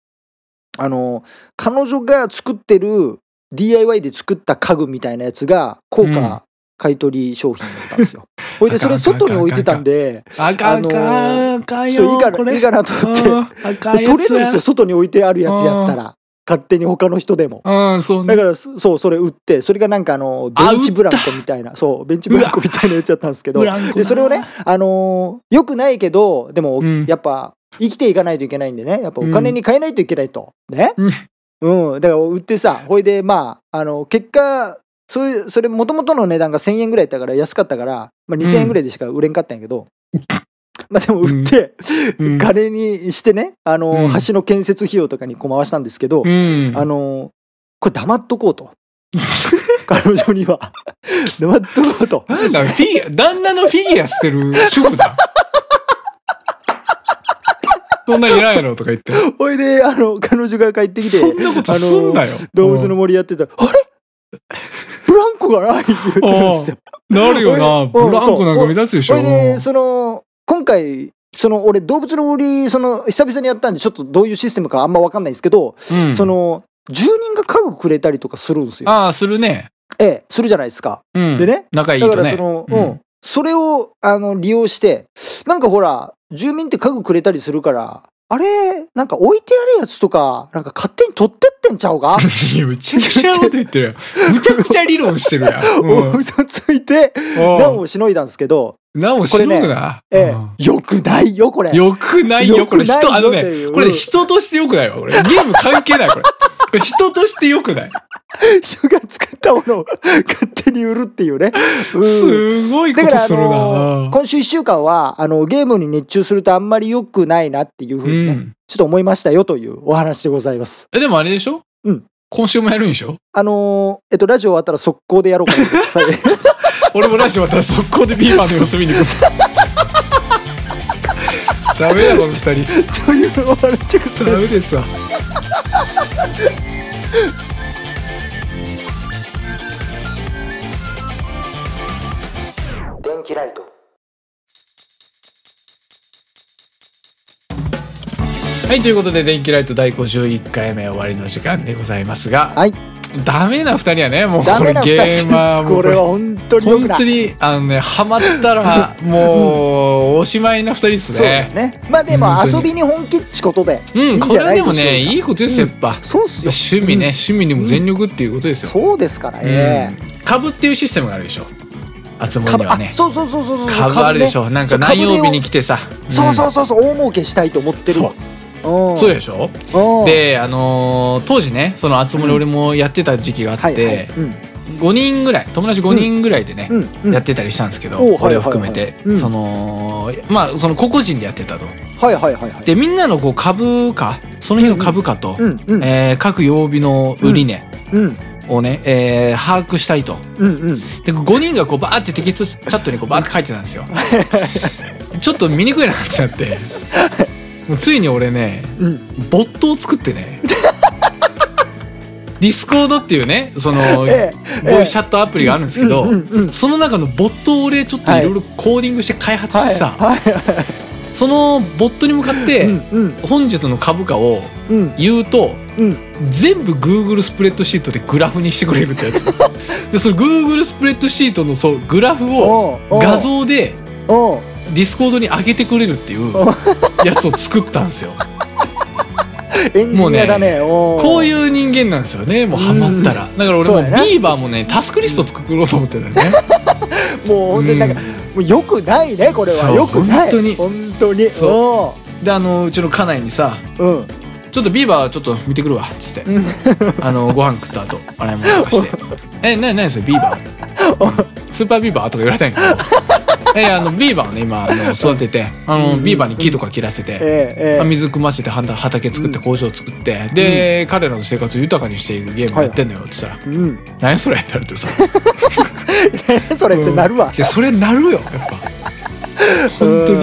Speaker 1: あのー彼女が作ってる DIY で作った家具みたいなやつが効
Speaker 2: うん
Speaker 1: 果買い取り商品だったんですよ。ほいでそれ外に置いてたんで、
Speaker 2: あかん
Speaker 1: あのー
Speaker 2: かんかん
Speaker 1: ちょっとい
Speaker 2: よ。
Speaker 1: いか
Speaker 2: こ
Speaker 1: な
Speaker 2: れ
Speaker 1: いいかなと思って
Speaker 2: うんあかん
Speaker 1: で取
Speaker 2: やつ
Speaker 1: れるんですよ外に置いてあるやつやったら勝手に他の人でも。
Speaker 2: うん、そう
Speaker 1: だ
Speaker 2: ね
Speaker 1: か。らそそうそれ売ってそれがなんかあの
Speaker 2: あ
Speaker 1: ベンチブランコみたいなそうベンチブランコみたいなやつやったんですけど
Speaker 2: ブランコな
Speaker 1: でそれをね、あのー良くないけどでも
Speaker 2: うん
Speaker 1: やっぱ生きていかないといけないんでねやっぱお金に換えないといけないと、ね
Speaker 2: うん
Speaker 1: うんだから売ってさほいでまああの結果そういうそれもともとの値段が1,000円ぐらいだったから安かったから、まあ、2,000円ぐらいでしか売れんかったんやけど、まあでも売って、
Speaker 2: うん
Speaker 1: 金にしてね、あのー
Speaker 2: うん
Speaker 1: 橋の建設費用とかにこう回したんですけど、
Speaker 2: うん。
Speaker 1: あのーこれ黙っとこうと 彼女には 黙っとこうと
Speaker 2: なんだ、フィギュア、旦那のフィギュア捨てる主婦だ。そんなんいらんやろとか言って。
Speaker 1: ほいで、あの、彼女が帰ってきて、
Speaker 2: そんなことすんなよ
Speaker 1: あの動物の森やってたら、あれブランコがないって言ってるんですよ。
Speaker 2: なるよな。
Speaker 1: おい
Speaker 2: ブランコなんか目立つでしょ。
Speaker 1: ほいで、その、今回、その、俺、動物の森、その、久々にやったんで、ちょっとどういうシステムかあんまわかんないんですけど、
Speaker 2: うん
Speaker 1: そ、の、住人が家具くれたりとかするんですよ。
Speaker 2: ああ、するね。
Speaker 1: ええ、するじゃないですか。
Speaker 2: うん。
Speaker 1: でね、
Speaker 2: 仲いい
Speaker 1: だか
Speaker 2: と
Speaker 1: ら
Speaker 2: ね
Speaker 1: そ。の、
Speaker 2: うん
Speaker 1: うん。それを、あの、利用して、なんかほら、住民って家具くれたりするから、あれ、なんか置いてあるやつとか、なんか勝手に取ってってんちゃうか
Speaker 2: いやむちゃくちゃなこと言ってるよ。むちゃくちゃ理論してるやん。う ん
Speaker 1: 嘘ついて、難
Speaker 2: おう
Speaker 1: をしのいだんですけど、
Speaker 2: なおしろくな。
Speaker 1: え
Speaker 2: うん
Speaker 1: え、よくないよ、これ。
Speaker 2: よくないよ、
Speaker 1: よ
Speaker 2: これ
Speaker 1: くないよ
Speaker 2: 人、あのね
Speaker 1: だよ、
Speaker 2: これ人としてよくないわ、これ。ゲーム関係ない、これ。これ人としてよくない。
Speaker 1: 人が作ったものを 勝手に売るっていうね。うん
Speaker 2: すごいこ
Speaker 1: だ
Speaker 2: と
Speaker 1: から、あ
Speaker 2: するな。
Speaker 1: の今週1週間は、あの、ゲームに熱中するとあんまり良くないなっていうふう
Speaker 2: う
Speaker 1: にね、
Speaker 2: ん。
Speaker 1: ちょっと思いましたよというお話でございます。
Speaker 2: え、でもあれでしょ
Speaker 1: うん
Speaker 2: 今週もやるんでしょ
Speaker 1: あのーえっと、ラジオ終わったら速攻でやろうかなと。
Speaker 2: 俺もラジオ終わったら速攻でビーバーの様子見 に行く。ダメだ、この二人。
Speaker 1: というお話でござ
Speaker 2: ダ
Speaker 1: い
Speaker 2: メ
Speaker 1: ます。
Speaker 2: ですわ。
Speaker 1: 電気ライト。
Speaker 2: はい、ということで、電気ライト第51回目終わりの時間でございますが、
Speaker 1: はい。
Speaker 2: ダメな二人やね、もう
Speaker 1: ダ
Speaker 2: これ
Speaker 1: メな二人
Speaker 2: ゲ
Speaker 1: です
Speaker 2: ーマー。。もう
Speaker 1: これは本当に良く
Speaker 2: 本
Speaker 1: ない
Speaker 2: 当。に、あのね、ハマったら、もう、おしまいな二人です
Speaker 1: そうだ
Speaker 2: ね。
Speaker 1: ね。まあでも
Speaker 2: 本当に
Speaker 1: 遊びに本気っちことで。
Speaker 2: う
Speaker 1: いい
Speaker 2: ん、
Speaker 1: ん
Speaker 2: こ
Speaker 1: じ
Speaker 2: れ
Speaker 1: ゃ
Speaker 2: は
Speaker 1: ない
Speaker 2: でもね、
Speaker 1: しょうか
Speaker 2: いいことですよ、やっぱ。
Speaker 1: そうっすよ。
Speaker 2: 趣味ね、趣味にも全力っていうことですよ。
Speaker 1: そうですからね。
Speaker 2: 株っていうシステムがあるでしょ。あつ森には
Speaker 1: あ
Speaker 2: ね。
Speaker 1: そうそうそうそうそう。
Speaker 2: 株あるでしょ。なんか
Speaker 1: そう株
Speaker 2: 何
Speaker 1: で
Speaker 2: 曜日に来てさ。
Speaker 1: そうそううそうそう大儲けしたいと思ってるわ。うん
Speaker 2: ん。そうでしょ。
Speaker 1: うん
Speaker 2: で、あのー当時ね、そのあつ森
Speaker 1: うん
Speaker 2: 俺もやってた時期があ
Speaker 1: は
Speaker 2: っ
Speaker 1: いはい
Speaker 2: て、5人ぐらい、友達5人ぐらいでね
Speaker 1: う、んうんうん
Speaker 2: やってたりしたんですけど、
Speaker 1: おう
Speaker 2: 俺を含めて、
Speaker 1: はいはいはいうん
Speaker 2: そのまあその個々人でやってたと。
Speaker 1: はいはいはいはい。
Speaker 2: でみんなのこう株価その日の株価と、
Speaker 1: うんうん
Speaker 2: えー各曜日の売値
Speaker 1: うん
Speaker 2: をね、えー把握したいと。
Speaker 1: うんうん。
Speaker 2: で5人がこうバーってテキストチャットにこうバーって書いてたんで すよ。ちょっと見にくいなっちゃってもうついに俺ね
Speaker 1: うん
Speaker 2: ボットを作ってねディスコードっていうねそのボ
Speaker 1: え
Speaker 2: イスチャットアプリがあるんですけど、
Speaker 1: うんうんうん
Speaker 2: その中のボットを俺ちょっといろいろコーディングして開発し
Speaker 1: は
Speaker 2: て
Speaker 1: い
Speaker 2: さ、
Speaker 1: は
Speaker 2: そのボットに向かっ
Speaker 1: い
Speaker 2: て
Speaker 1: うん
Speaker 2: 本日の株価を
Speaker 1: うんうん
Speaker 2: 言うと
Speaker 1: うん
Speaker 2: 全部 Google スプレッドシートでグラフにしてくれるっ てやつでその Google スプレッドシートのそうグラフを
Speaker 1: おうおう
Speaker 2: 画像で
Speaker 1: おう
Speaker 2: ディスコードに上げてくれるっていう
Speaker 1: お
Speaker 2: やつを作ったんですよ
Speaker 1: エンジニアだね お
Speaker 2: こういうう人間なんですよねもうハマったらだから俺
Speaker 1: そう
Speaker 2: も
Speaker 1: やな
Speaker 2: ビーバーもねタスクリスト作ろうと思ってたよ ね
Speaker 1: もう本当になんか、もうよくないねこれは
Speaker 2: そう
Speaker 1: よくない
Speaker 2: 本当に
Speaker 1: 本当に
Speaker 2: そ
Speaker 1: そ
Speaker 2: であのうちの家内にさ
Speaker 1: ううん
Speaker 2: ちょっとビーバーちょっと見てくるわっつって
Speaker 1: うん
Speaker 2: あのご飯食った後洗い物とかして「えなになにそれビーバースーパービーバー?」とか言われたん やけどえあのビーバーをね今あの育ててあのビーバーに木とか切らせて。
Speaker 1: ええええ
Speaker 2: 水汲ませてはんだ畑作って工場作って、で、彼らの生活を豊かにしていくゲームやってんのよって言ったら
Speaker 1: うん
Speaker 2: 「何それ?」って言われてさ
Speaker 1: それってなるわ
Speaker 2: いやそれなるよやっぱ本当に
Speaker 1: うん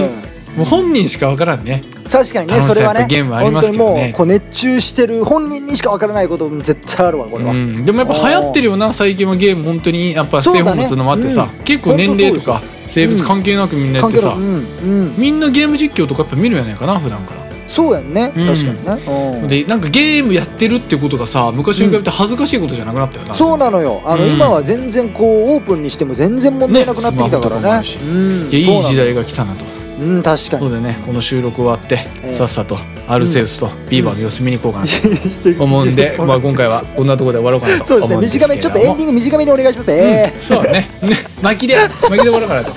Speaker 2: もう本人しかわからんね
Speaker 1: 確かにね
Speaker 2: 楽しさ
Speaker 1: それはね
Speaker 2: やっぱゲームありますけどね
Speaker 1: 本当にもうこう熱中してる本人にしかわからないことも絶対あるわこれは、
Speaker 2: うん、でもやっぱ流行ってるよな最近はゲーム本当にやっぱステイホームするのもあって
Speaker 1: そう
Speaker 2: さ、
Speaker 1: だね
Speaker 2: 結構年齢とか
Speaker 1: 本
Speaker 2: 性別関係なくみんなやっ
Speaker 1: 関
Speaker 2: て
Speaker 1: 係
Speaker 2: さ、
Speaker 1: ないうんうん
Speaker 2: みんなゲーム実況とかやっぱ見るやないかな普段から。
Speaker 1: そうやんね、
Speaker 2: うん
Speaker 1: 確かにね、うん
Speaker 2: でなんかゲームやってるってことがさ昔に比べて恥ずかしいことじゃなくなったよな。
Speaker 1: そうなのよあの、
Speaker 2: うん
Speaker 1: 今は全然こうオープンにしても全然問題なくなってきたからね
Speaker 2: ねス
Speaker 1: うん
Speaker 2: いやいい時
Speaker 1: 代
Speaker 2: 代が来たなと。
Speaker 1: うん確か
Speaker 2: そう
Speaker 1: に
Speaker 2: でねこの収録終わって、
Speaker 1: ええ
Speaker 2: さっさとアルセウスとビーバーの様子見に行こうかなと
Speaker 1: してる
Speaker 2: 思う んで、まあ今回はこんなところで終わろうかなと
Speaker 1: そうです
Speaker 2: 思
Speaker 1: ね
Speaker 2: うんですけ
Speaker 1: 短
Speaker 2: れども。
Speaker 1: めちょっとエンディング短めにお願いします、え
Speaker 2: うんそうだね。ね巻きで、巻きで終わろうかなと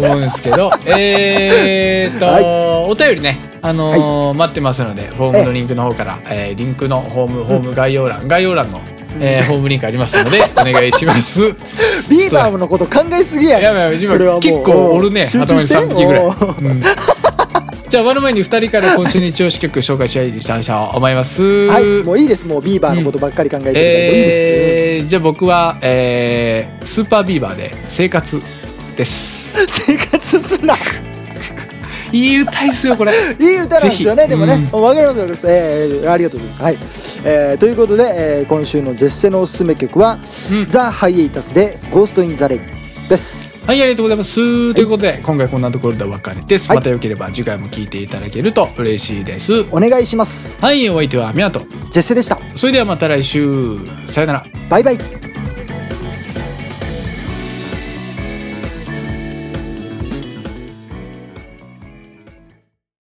Speaker 2: 思うんです けど、えーっと、
Speaker 1: はい
Speaker 2: お便りね、あのー待ってますので、ホームのリンクの方から、えーリンクのホーム、ホーム概要欄、概要欄の、えーホームリンクありますので、お願いしま す。や
Speaker 1: ー、ビーバーのこと考えすぎや
Speaker 2: ばい
Speaker 1: ね
Speaker 2: やばい、
Speaker 1: それはも
Speaker 2: 今
Speaker 1: う
Speaker 2: 結構おるね、
Speaker 1: 集
Speaker 2: 頭
Speaker 1: 中
Speaker 2: に
Speaker 1: して
Speaker 2: 3匹ぐらい。
Speaker 1: お
Speaker 2: うん じゃあ終わる前に2人から今週の一押し曲紹介したいと思います。
Speaker 1: はいもういいですもうビーバーのことばっかり考えてるから、もういいです
Speaker 2: えーじゃあ僕は、えースーパービーバーで生活です。
Speaker 1: 生活すんない
Speaker 2: い歌いっすよこれ。
Speaker 1: いい歌なんですよ
Speaker 2: ぜ
Speaker 1: ね
Speaker 2: ひ
Speaker 1: でもね、
Speaker 2: うん
Speaker 1: わかりますわかります、えーありがとうございます、はいえーということで、えー今週の絶世のおすすめ曲は「
Speaker 2: うん
Speaker 1: ザ・ハイエイタス」で「ゴースト・イン・ザ・レイン」です
Speaker 2: はいありがとうございます。ということで今回こんなところでお別れです。
Speaker 1: はい
Speaker 2: またよければ次回も聞いていただけると嬉しいです。
Speaker 1: お願いします
Speaker 2: はいお相手はミャート。
Speaker 1: 絶世でした
Speaker 2: それではまた来週。さよなら。
Speaker 1: バイバイ